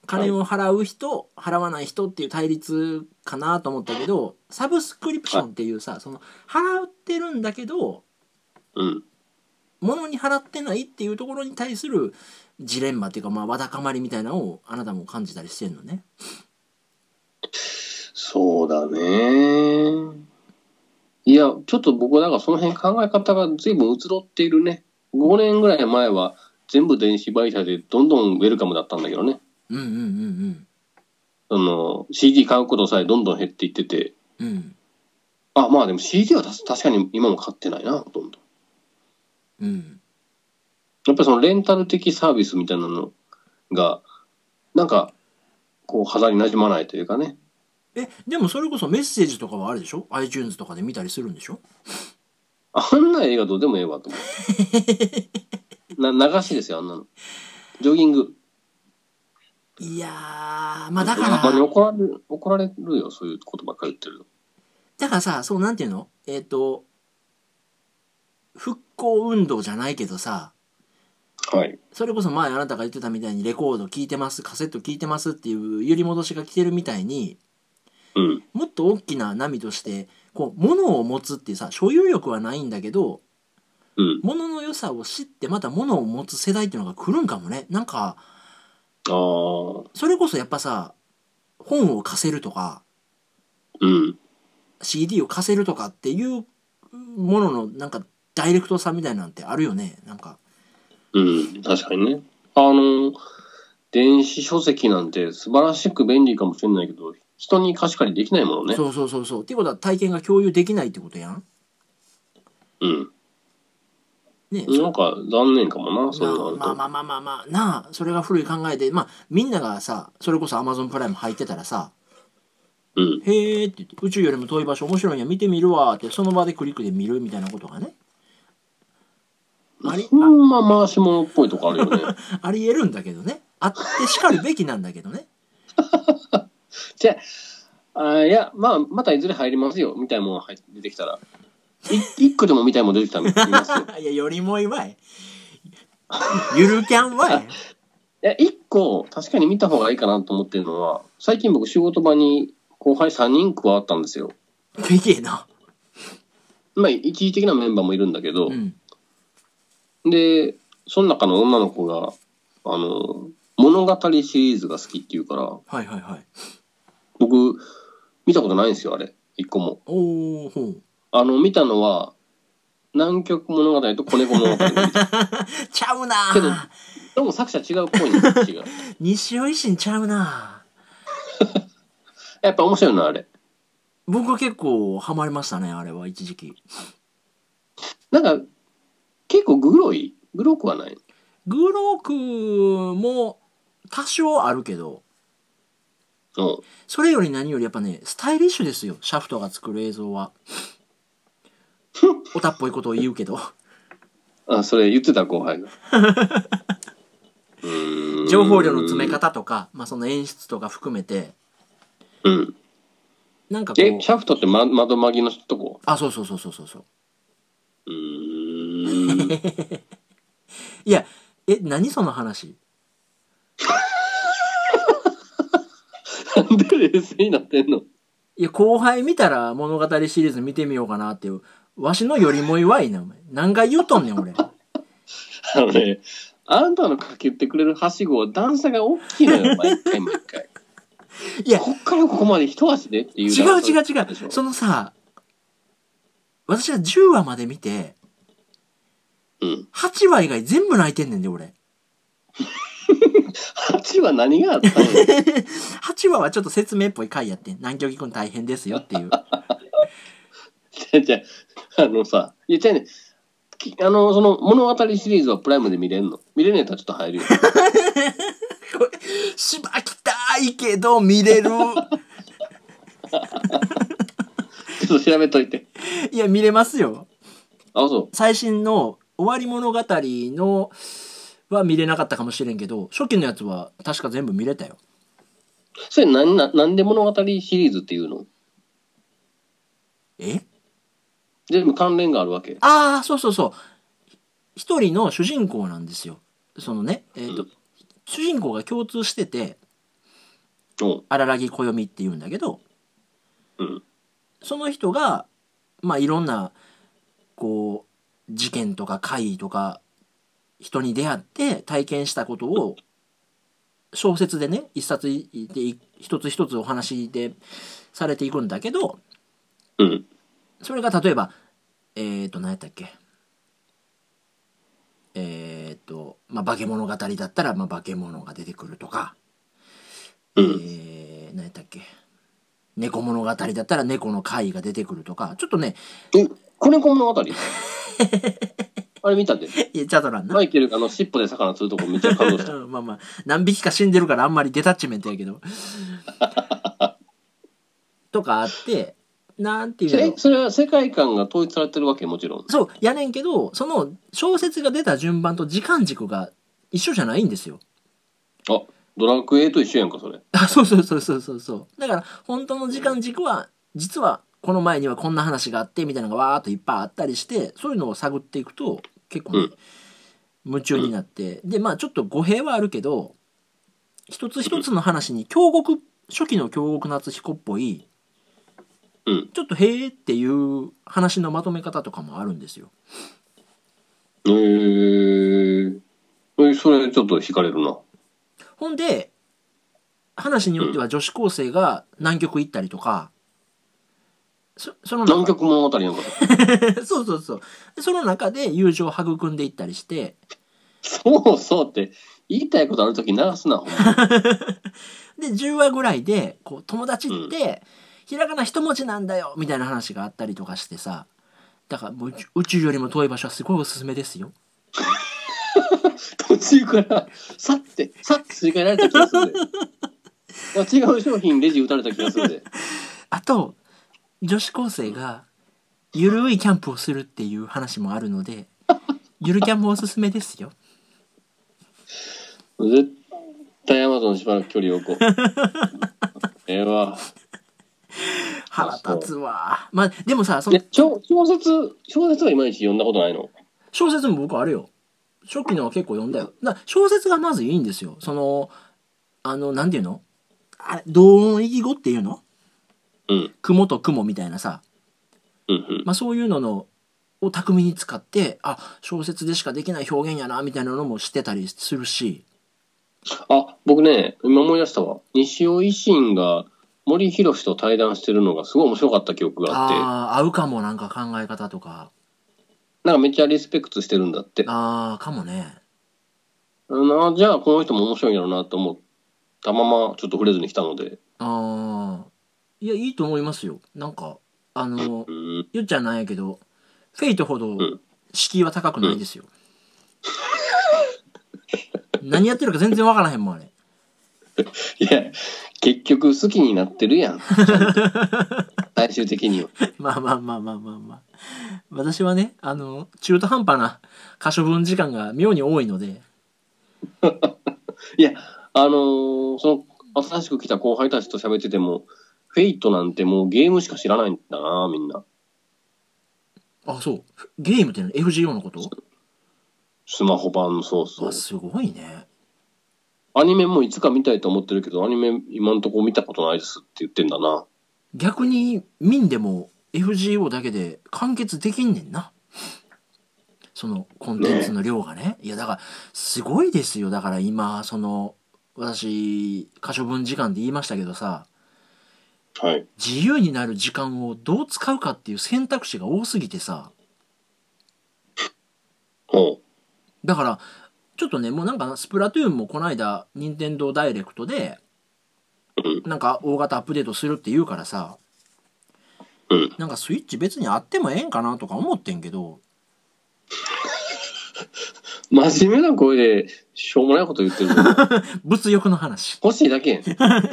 Speaker 2: 金を払う人、払わない人っていう対立かなと思ったけどサブスクリプションっていうさその払ってるんだけど
Speaker 1: うん。
Speaker 2: 物に払ってないっていうところに対するジレンマっていうかまあわだかまりみたいなのをあなたも感じたりしてんのね。
Speaker 1: そうだね。いや、ちょっと僕はだからその辺考え方が随分移ろっているね。5年ぐらい前は全部電子媒体でどんどんウェルカムだったんだけどね。
Speaker 2: うんうん
Speaker 1: その CD 買うことさえどんどん減っていってて、
Speaker 2: うんうんうん
Speaker 1: あ、まあでも CD はたす確かに今も買ってないな、ほとんど。
Speaker 2: うん
Speaker 1: やっぱりそのレンタル的サービスみたいなのが、なんか、こう、肌になじまないというかね。
Speaker 2: えでもそれこそメッセージとかはあるでしょ iTunes とかで見たりするんでしょ
Speaker 1: あんな映画どうでもええわと思って。な流しですよ、あんなの。ジョギング。
Speaker 2: いやーまあだか
Speaker 1: ほんまに
Speaker 2: ら
Speaker 1: 怒られる、怒られるよ、そういうことばっかり言ってる
Speaker 2: だからさそうなんていうのえっ、と復興運動じゃないけどさ
Speaker 1: の。はい。
Speaker 2: それこそ前あなたが言ってたみたいにレコード聴いてますカセット聴いてますっていう揺り戻しが来てるみたいに
Speaker 1: うん。
Speaker 2: もっと大きな波としてこう物を持つっていうさ所有力はないんだけど
Speaker 1: うん。
Speaker 2: 物の良さを知ってまた物を持つ世代っていうのが来るんかもねなん
Speaker 1: あ
Speaker 2: か
Speaker 1: あ。
Speaker 2: それこそやっぱさ本を貸せるとか
Speaker 1: うん。
Speaker 2: CD を貸せるとかっていうもののなんかダイレクトさみたいなんてあるよねなんか
Speaker 1: うん。確かにね。あの、電子書籍なんて素晴らしく便利かもしれないけど、人に貸し借りできないものね。
Speaker 2: そうそうそうそうっていうことは体験が共有できないってことやん
Speaker 1: うん。
Speaker 2: ね
Speaker 1: なんか残念かもな、そんなの
Speaker 2: まあまあまあまあまあなあそれが古い考えでまあみんながさそれこそアマゾンプライム入ってたらさ
Speaker 1: うん
Speaker 2: 「へえ」って言って「宇宙よりも遠い場所面白いんや見てみるわ」ってその場でクリックで見るみたいなことがねあり
Speaker 1: ほんま回し物っぽいとこあるよ
Speaker 2: [laughs]
Speaker 1: ね。
Speaker 2: ありえるんだけどねあってしかるべきなんだけどね
Speaker 1: じゃあ、あいや、まあ、またいずれ入りますよ、みたいなもん入出てきたら。い一個でもみたいなもん出てきたら見ますよ。
Speaker 2: [laughs] いやよりもいわいゆるキャンわい
Speaker 1: いや、一個、確かに見た方がいいかなと思ってるのは、最近僕仕事場に後輩3人加わったんですよ。
Speaker 2: でけえな
Speaker 1: まあ、一時的なメンバーもいるんだけど
Speaker 2: う、ん
Speaker 1: で、その中の女の子が、あの、物語シリーズが好きっていうから、
Speaker 2: はいはいはい
Speaker 1: 僕、見たことないんですよ、あれ。一個も。
Speaker 2: おおほう
Speaker 1: あの、見たのは、南極物語と子猫物語。
Speaker 2: [laughs] ちゃう
Speaker 1: けど
Speaker 2: な
Speaker 1: どうも作者違うっぽいね、こっちが。
Speaker 2: 西尾維新ちゃうな
Speaker 1: やっぱ面白いな、あれ。
Speaker 2: 僕は結構ハマりましたねあれは一時期
Speaker 1: なんか、結構グロいグロくはない。
Speaker 2: グロークも多少あるけど
Speaker 1: うん。
Speaker 2: それより何よりやっぱねスタイリッシュですよシャフトが作る映像はオタっぽいことを言うけど
Speaker 1: あ、それ言ってた後輩が。うーん
Speaker 2: [laughs] 情報量の詰め。方とか、まあ、その演出とか含めて
Speaker 1: うん。
Speaker 2: なんかこ
Speaker 1: え、シ
Speaker 2: う
Speaker 1: ャフトって、ま、窓まぎのとこ
Speaker 2: あそうそうそうそうそうそう
Speaker 1: うーん。
Speaker 2: いやえ何その話
Speaker 1: なんで冷静になってんの
Speaker 2: いや後輩見たら物語シリーズ見てみようかなっていうわしのよりも祝いなお前何回言うとんねん俺
Speaker 1: あのね、あんたのかけてくれるはしごは段差が大きいの
Speaker 2: [laughs]
Speaker 1: よ、毎回毎回。
Speaker 2: いや
Speaker 1: こっからここまで一足でっていう。
Speaker 2: 違う違う違
Speaker 1: でしょ
Speaker 2: う。そのさ、私は10話まで見て、
Speaker 1: うん。
Speaker 2: 8話以外全部泣いてんねんで、俺。
Speaker 1: 8は何があったんや。
Speaker 2: 8話はちょっと説明っぽい回やってん。南極くん大変ですよっ
Speaker 1: [laughs]
Speaker 2: ていう。
Speaker 1: [laughs] じゃじゃあのさ、いや、じゃね、きあの、その物語シリーズはプライムで見れんの見れねえとちょっと入るよ。
Speaker 2: しばきたいけど見れる。
Speaker 1: ちょっと調べといて。
Speaker 2: いや、見れますよ。
Speaker 1: あ、そ
Speaker 2: 最新の終わり物語のは見れなかったかもしれんけど、初期のやつは確か全部見れたよ。
Speaker 1: う。それ何な、なんで物語シリーズっていうの
Speaker 2: え
Speaker 1: 全部関連があるわけ。
Speaker 2: ああ、そうそうそう。一人の主人公なんですよ。そのね、えっ、と、
Speaker 1: うん
Speaker 2: 主人公が共通してて、
Speaker 1: うん。
Speaker 2: 荒らぎ暦って言うんだけど
Speaker 1: うん。
Speaker 2: その人がまあいろんなこう事件とか怪異とか人に出会って体験したことを小説でね一冊いでい一つ一つお話でされていくんだけど
Speaker 1: うん。
Speaker 2: それが例えばえっ、ー、と何やったっけえっ、ー、と、まあ、化け物語だったら、まあ、化け物が出てくるとかえ
Speaker 1: うん。
Speaker 2: ー、何やったっけ猫物語だったら猫の怪異が出てくるとかちょっとね
Speaker 1: え、子猫物
Speaker 2: [laughs]
Speaker 1: 語あれ見たで。
Speaker 2: いやチャドランな、
Speaker 1: マイケルがあの尻尾で魚釣るとこめっちゃ感動した。
Speaker 2: [laughs] うんまあまあ何匹か死んでるからあんまりデタッチメントやけどとかあってなんていうの
Speaker 1: え、それは世界観が統一されてるわけもちろん。
Speaker 2: そうやねんけどその小説が出た順番と時間軸が一緒じゃないんですよ
Speaker 1: あ、ドラクエと一緒やんか、それ。
Speaker 2: あそうそうそうそうそうそうだから本当の時間軸は実はこの前にはこんな話があってみたいなのがわーっといっぱいあったりしてそういうのを探っていくと結構ね、
Speaker 1: うん
Speaker 2: 夢中になってでまあちょっと語弊はあるけど一つ一つの話に京極初期の京極夏彦っぽい
Speaker 1: うん。
Speaker 2: ちょっと「へーっていう話のまとめ方とかもあるんですよ。
Speaker 1: えー、えそれちょっと惹かれるな。
Speaker 2: ほんで話によっては女子高生が南極行ったりとかそその中
Speaker 1: 南極物語やんか。
Speaker 2: [laughs] そうそうそう。でその中で友情を育んでいったりして、
Speaker 1: そうそうって、言いたいことあるとき流すな、ほんま。
Speaker 2: で、10話ぐらいで、こう、友達って、ひらがな一文字なんだよみたいな話があったりとかしてさ、だからもう宇宙宇宙よりも遠い場所はすごいおすすめですよ。
Speaker 1: 途中から、さって、さってすり替えられた気がするで。あ違う商品レジ打たれた気がするで。
Speaker 2: あと、女子高生が、ゆるいキャンプをするっていう話もあるので、ゆるキャンプおすすめですよ。
Speaker 1: 絶対アマゾンしばらく距離を置こう。ええわ。
Speaker 2: 腹立つわ。まあ、でもさ、その
Speaker 1: ね、小小説、小説はいまいち読んだことないの。
Speaker 2: 小説も僕あれよ初期のは結構読んだよだ小説がまずいいんですよそのあのなんていうのあれ同音異義語っていうの
Speaker 1: うん、
Speaker 2: 雲と雲みたいなさ、
Speaker 1: うん、うん。
Speaker 2: まあ、そういうののを巧みに使ってあ小説でしかできない表現やなみたいなのもしてたりするし
Speaker 1: あ、僕ね、今思い出したわ。西尾維新が森博と対談してるのがすごい面白かった記憶があって、
Speaker 2: ああー合うかもなんか考え方とか
Speaker 1: なんかめっちゃリスペクトしてるんだって。
Speaker 2: ああかもね
Speaker 1: なじゃあこの人も面白いんやろうなと思ったままちょっと触れずに来たので。
Speaker 2: ああいやいいと思いますよなんかあの
Speaker 1: うん。
Speaker 2: ゆっちゃんなんやけどフェイトほど
Speaker 1: ん
Speaker 2: 敷居は高くないですよ、何やってるか全然わからへんもんあれ
Speaker 1: いや、結局好きになってるや
Speaker 2: [laughs]
Speaker 1: ん。ちゃんと最終的には。
Speaker 2: まあまあまあまあまあまあ私はねあの中途半端な可処分時間が妙に多いので
Speaker 1: いや、あのーその、新しく来た後輩たちと喋ってても、フェイトなんてもうゲームしか知らないんだな、みんな。
Speaker 2: あそうゲームっていうの FGO のこと
Speaker 1: スマホ版のそうそう
Speaker 2: あ。すごいね
Speaker 1: アニメもいつか見たいと思ってるけど、アニメ今んとこ見たことないですって言ってんだな。
Speaker 2: 逆に民でも FGO だけで完結できんねんなそのコンテンツの量がねいやだからすごいですよだから今その私可処分時間で言いましたけどさ
Speaker 1: はい。
Speaker 2: 自由になる時間をどう使うかっていう選択肢が多すぎてさ
Speaker 1: ほ
Speaker 2: だからちょっとねもうなんかスプラトゥーンもこの間任天堂ダイレクトで
Speaker 1: う
Speaker 2: なんか大型アップデートするって言うからさ
Speaker 1: う。うん。
Speaker 2: なんかスイッチ別にあってもええんかなとか思ってんけど
Speaker 1: 真面目な声で、しょうもないこと言ってる。
Speaker 2: 物欲の話
Speaker 1: 欲しいだけ
Speaker 2: [laughs]
Speaker 1: やん。
Speaker 2: い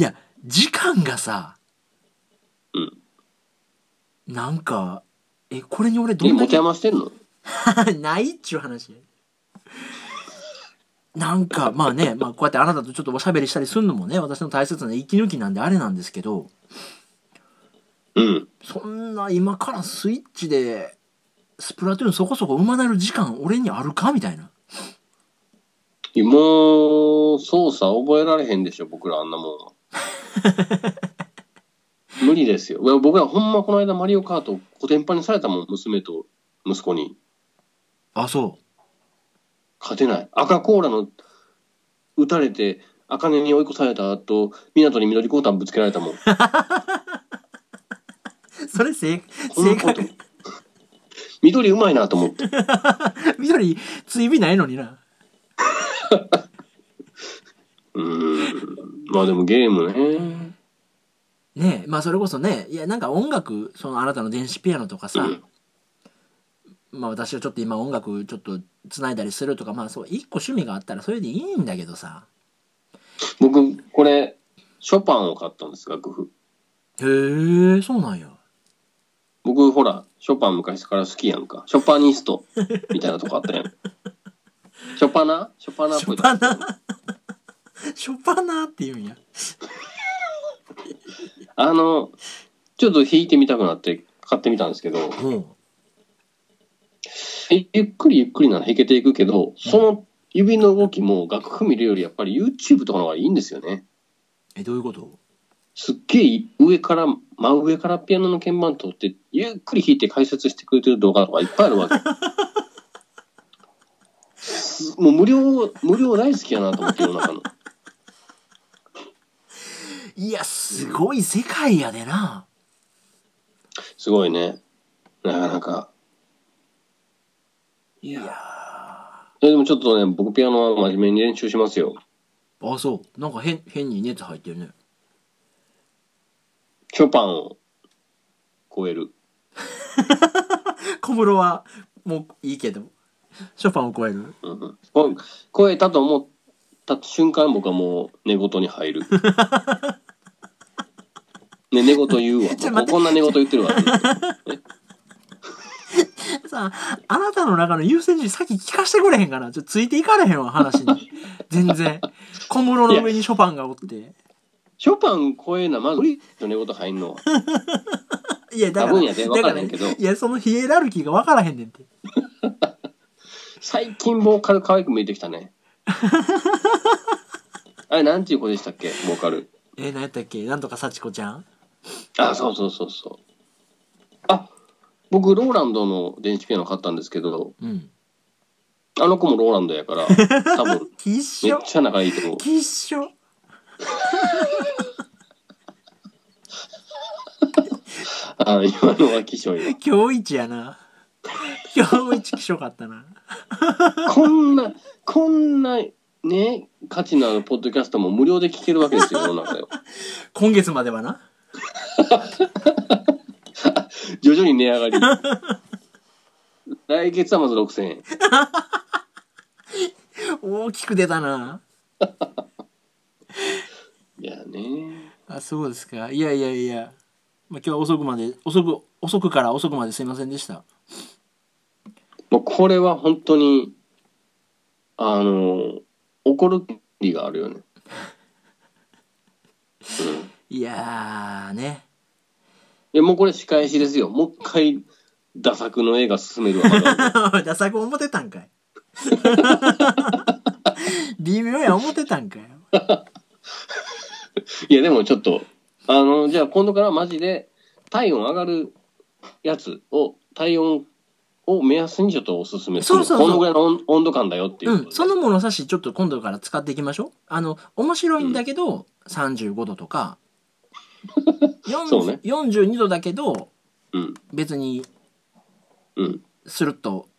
Speaker 2: や時間がさ、
Speaker 1: うん
Speaker 2: なんかえこれに俺ど
Speaker 1: え、
Speaker 2: んだ
Speaker 1: 持て
Speaker 2: け
Speaker 1: 余してんの
Speaker 2: [laughs] ないっちゅう話なんかまあね、まあ、こうやってあなたとちょっとおしゃべりしたりするのもね私の大切な息抜きなんであれなんですけど
Speaker 1: うん。
Speaker 2: そんな今からスイッチでスプラトゥーンそこそこ馬なる時間俺にあるかみたいな
Speaker 1: もう、操作覚えられへんでしょ、僕らあんなもんは。無理ですよ。いや僕らほんまこの間マリオカートコテンパンにされたもん、娘と息子に。
Speaker 2: あそ
Speaker 1: 勝てない。赤コーラの打たれて、赤根に追い越された後、港に緑コータンぶつけられたもん。
Speaker 2: うそれ正
Speaker 1: こんな
Speaker 2: 正
Speaker 1: こと
Speaker 2: 解
Speaker 1: 緑うまいなと思って。
Speaker 2: 緑追尾ないのにな
Speaker 1: うーん。まあでもゲームね。
Speaker 2: ねえまあそれこそねいやなんか音楽そのあなたの電子ピアノとかさ、
Speaker 1: うん
Speaker 2: まあ私はちょっと今音楽ちょっとつないだりするとかまあそう一個趣味があったらそれでいいんだけどさ
Speaker 1: 僕、これ、ショパンを買ったんです、楽譜。
Speaker 2: へえそうなんや
Speaker 1: 僕、ほら、ショパン昔から好きやんか。ショパニストみたいなとこあったや
Speaker 2: [laughs]
Speaker 1: ん。ショパナショパナっ
Speaker 2: シ
Speaker 1: ぽ
Speaker 2: ョ
Speaker 1: い。
Speaker 2: パナショパナって言うんや
Speaker 1: あの、ちょっと弾いてみたくなって買ってみたんですけど、
Speaker 2: うん
Speaker 1: えゆっくりゆっくりなら弾けていくけど、その指の動きも楽譜見るよりやっぱり YouTube とかの方がいいんですよね。
Speaker 2: えどういうこと
Speaker 1: すっげえ上から、真上からピアノの鍵盤取って、ゆっくり弾いて解説してくれてる動画とかいっぱいあるわ
Speaker 2: [laughs]
Speaker 1: け。すもう無料、無料大好きやなと思って、世の中の。
Speaker 2: いやすごい世界やでな
Speaker 1: すごいね。なかなか。
Speaker 2: いや
Speaker 1: えでもちょっとね、僕ピアノは真面目に練習しますよ。
Speaker 2: あそうなんか変変に熱入ってるね
Speaker 1: ショパンを超える。
Speaker 2: 小室はもういいけどショパンを超える
Speaker 1: うんうんこ超えたと思った瞬間僕はもう寝言に入
Speaker 2: [laughs]
Speaker 1: る。ね、寝言言うわ。
Speaker 2: ちょ
Speaker 1: も
Speaker 2: 待っ
Speaker 1: う
Speaker 2: て
Speaker 1: こんな寝言言ってるわ、
Speaker 2: さあ、あなたの中の優先順位先聞かしてくれへんかなちょっとついていかれへんわ、話に。全然。小室の上にショパンがおって。
Speaker 1: ショパン超えな、まず無理と寝言入んのは。
Speaker 2: いや、だから、
Speaker 1: 多分やで
Speaker 2: だか
Speaker 1: わかららへんけど
Speaker 2: いや、そのヒエラルキーが分からへんねんって。
Speaker 1: 最近ボーカル可愛く見えてきた
Speaker 2: [laughs]
Speaker 1: ね。あれ、なんていう子でしたっけボーカル。
Speaker 2: えー、何やったっけなんとか幸子ちゃん
Speaker 1: あ、そうそうそうそう。あ、僕、ローランドの電子ピアノ買ったんですけど、
Speaker 2: うん。
Speaker 1: あの子もローランドやから、多分、
Speaker 2: きっ
Speaker 1: め
Speaker 2: し
Speaker 1: っ
Speaker 2: ょ。
Speaker 1: ちゃ仲いいと思う。
Speaker 2: きっしょ。
Speaker 1: あ今のは気象よ。
Speaker 2: 今日一やな。今日一きしょかったな。
Speaker 1: こんな、こんな、ね、価値のあるポッドキャストも無料で聞けるわけですよ、世の中よ。
Speaker 2: 今月まではな。
Speaker 1: 徐々に値上がり。来月はまず6000円。
Speaker 2: 大きく出たな。
Speaker 1: いやね。
Speaker 2: あ、そうですか。いやいやいや。まあ、今日は遅くまで、遅く、遅くから遅くまですいませんでした。
Speaker 1: もうこれは本当に、あの、怒る権利があるよね。うん。
Speaker 2: いやーね。 [laughs]
Speaker 1: いや、もうこれ仕返しですよ。もう一回、打作の映画進めるわ。ま [laughs] だ
Speaker 2: おいダサく思ってたんかい [laughs] 微妙や思ってたんかい
Speaker 1: いや、でもちょっと、あの、じゃあ今度からマジで、体温上がるやつを、体温を目安にちょっとおすすめする。
Speaker 2: そうそうそう
Speaker 1: このぐらいの温温度感だよっていううこと
Speaker 2: ん
Speaker 1: で。
Speaker 2: その物差しちょっと今度から使っていきましょうあの面白いんだけど、35度と [laughs] か
Speaker 1: そうね
Speaker 2: 40 42度だけど
Speaker 1: うん。
Speaker 2: 別に
Speaker 1: うん。
Speaker 2: スルッと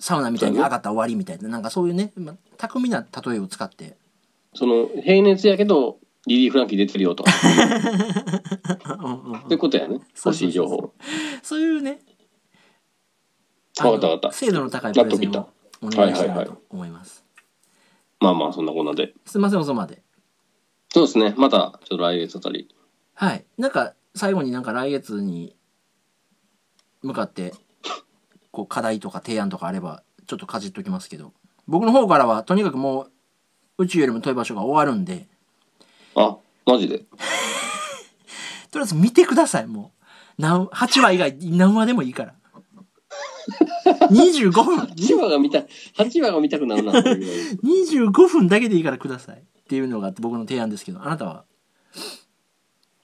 Speaker 2: サウナみたいに上がったら終わりみたいななんかそういうね、まあ、巧みな例えを使って
Speaker 1: その、平熱やけど、リリー・フランキー出てるよ
Speaker 2: [laughs]
Speaker 1: とか、ってことやね。
Speaker 2: そうそうそ
Speaker 1: 欲し
Speaker 2: う
Speaker 1: い情報。
Speaker 2: そういうね
Speaker 1: わかったわかった
Speaker 2: 精度の高いプレゼン
Speaker 1: 納
Speaker 2: をお
Speaker 1: きた
Speaker 2: 願いしたい
Speaker 1: はいは
Speaker 2: ない
Speaker 1: はい
Speaker 2: と思います、
Speaker 1: まあまあ、そんなこんなで。
Speaker 2: すいません遅まで
Speaker 1: そうですね。また、ちょっと来月あたり。
Speaker 2: はい。なんか、最後になんか来月に向かって、こう、課題とか提案とかあれば、ちょっとかじっときますけど、僕の方からは、とにかくもう、宇宙よりも遠い場所が終わるんで、
Speaker 1: あ、マジで。
Speaker 2: とりあえず見てください、もう。何、8話以外、何話でもいいから。25分、
Speaker 1: 8話が見た、八話が見たくなるな。俺は
Speaker 2: 25分だけでいいからください。っていうのが僕の提案ですけど、あなたは。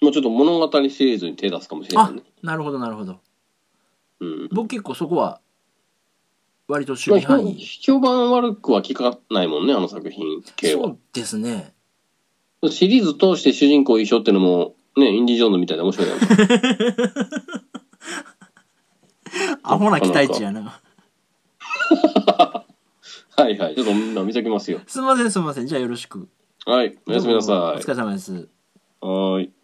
Speaker 1: もうちょっと物語シリーズに手出すかもしれな
Speaker 2: あ
Speaker 1: いね。、
Speaker 2: なるほど、なるほど。
Speaker 1: うん。
Speaker 2: 僕結構そこは、割と
Speaker 1: まあ
Speaker 2: 守備
Speaker 1: 評
Speaker 2: 範囲。
Speaker 1: 評判悪くは聞かないもんね、あの作品系
Speaker 2: そ
Speaker 1: は。
Speaker 2: うですね。
Speaker 1: シリーズ通して主人公一緒ってのも、ね、インディ・ジョーンズみたいで面白いやんか。
Speaker 2: アホな期待値やな。
Speaker 1: はいはい。ちょっとみんな見ときますよ。
Speaker 2: すみません、すみません。じゃあよろしく。はい、おやすみな
Speaker 1: お
Speaker 2: さい
Speaker 1: 疲。れ様です。
Speaker 2: はーい。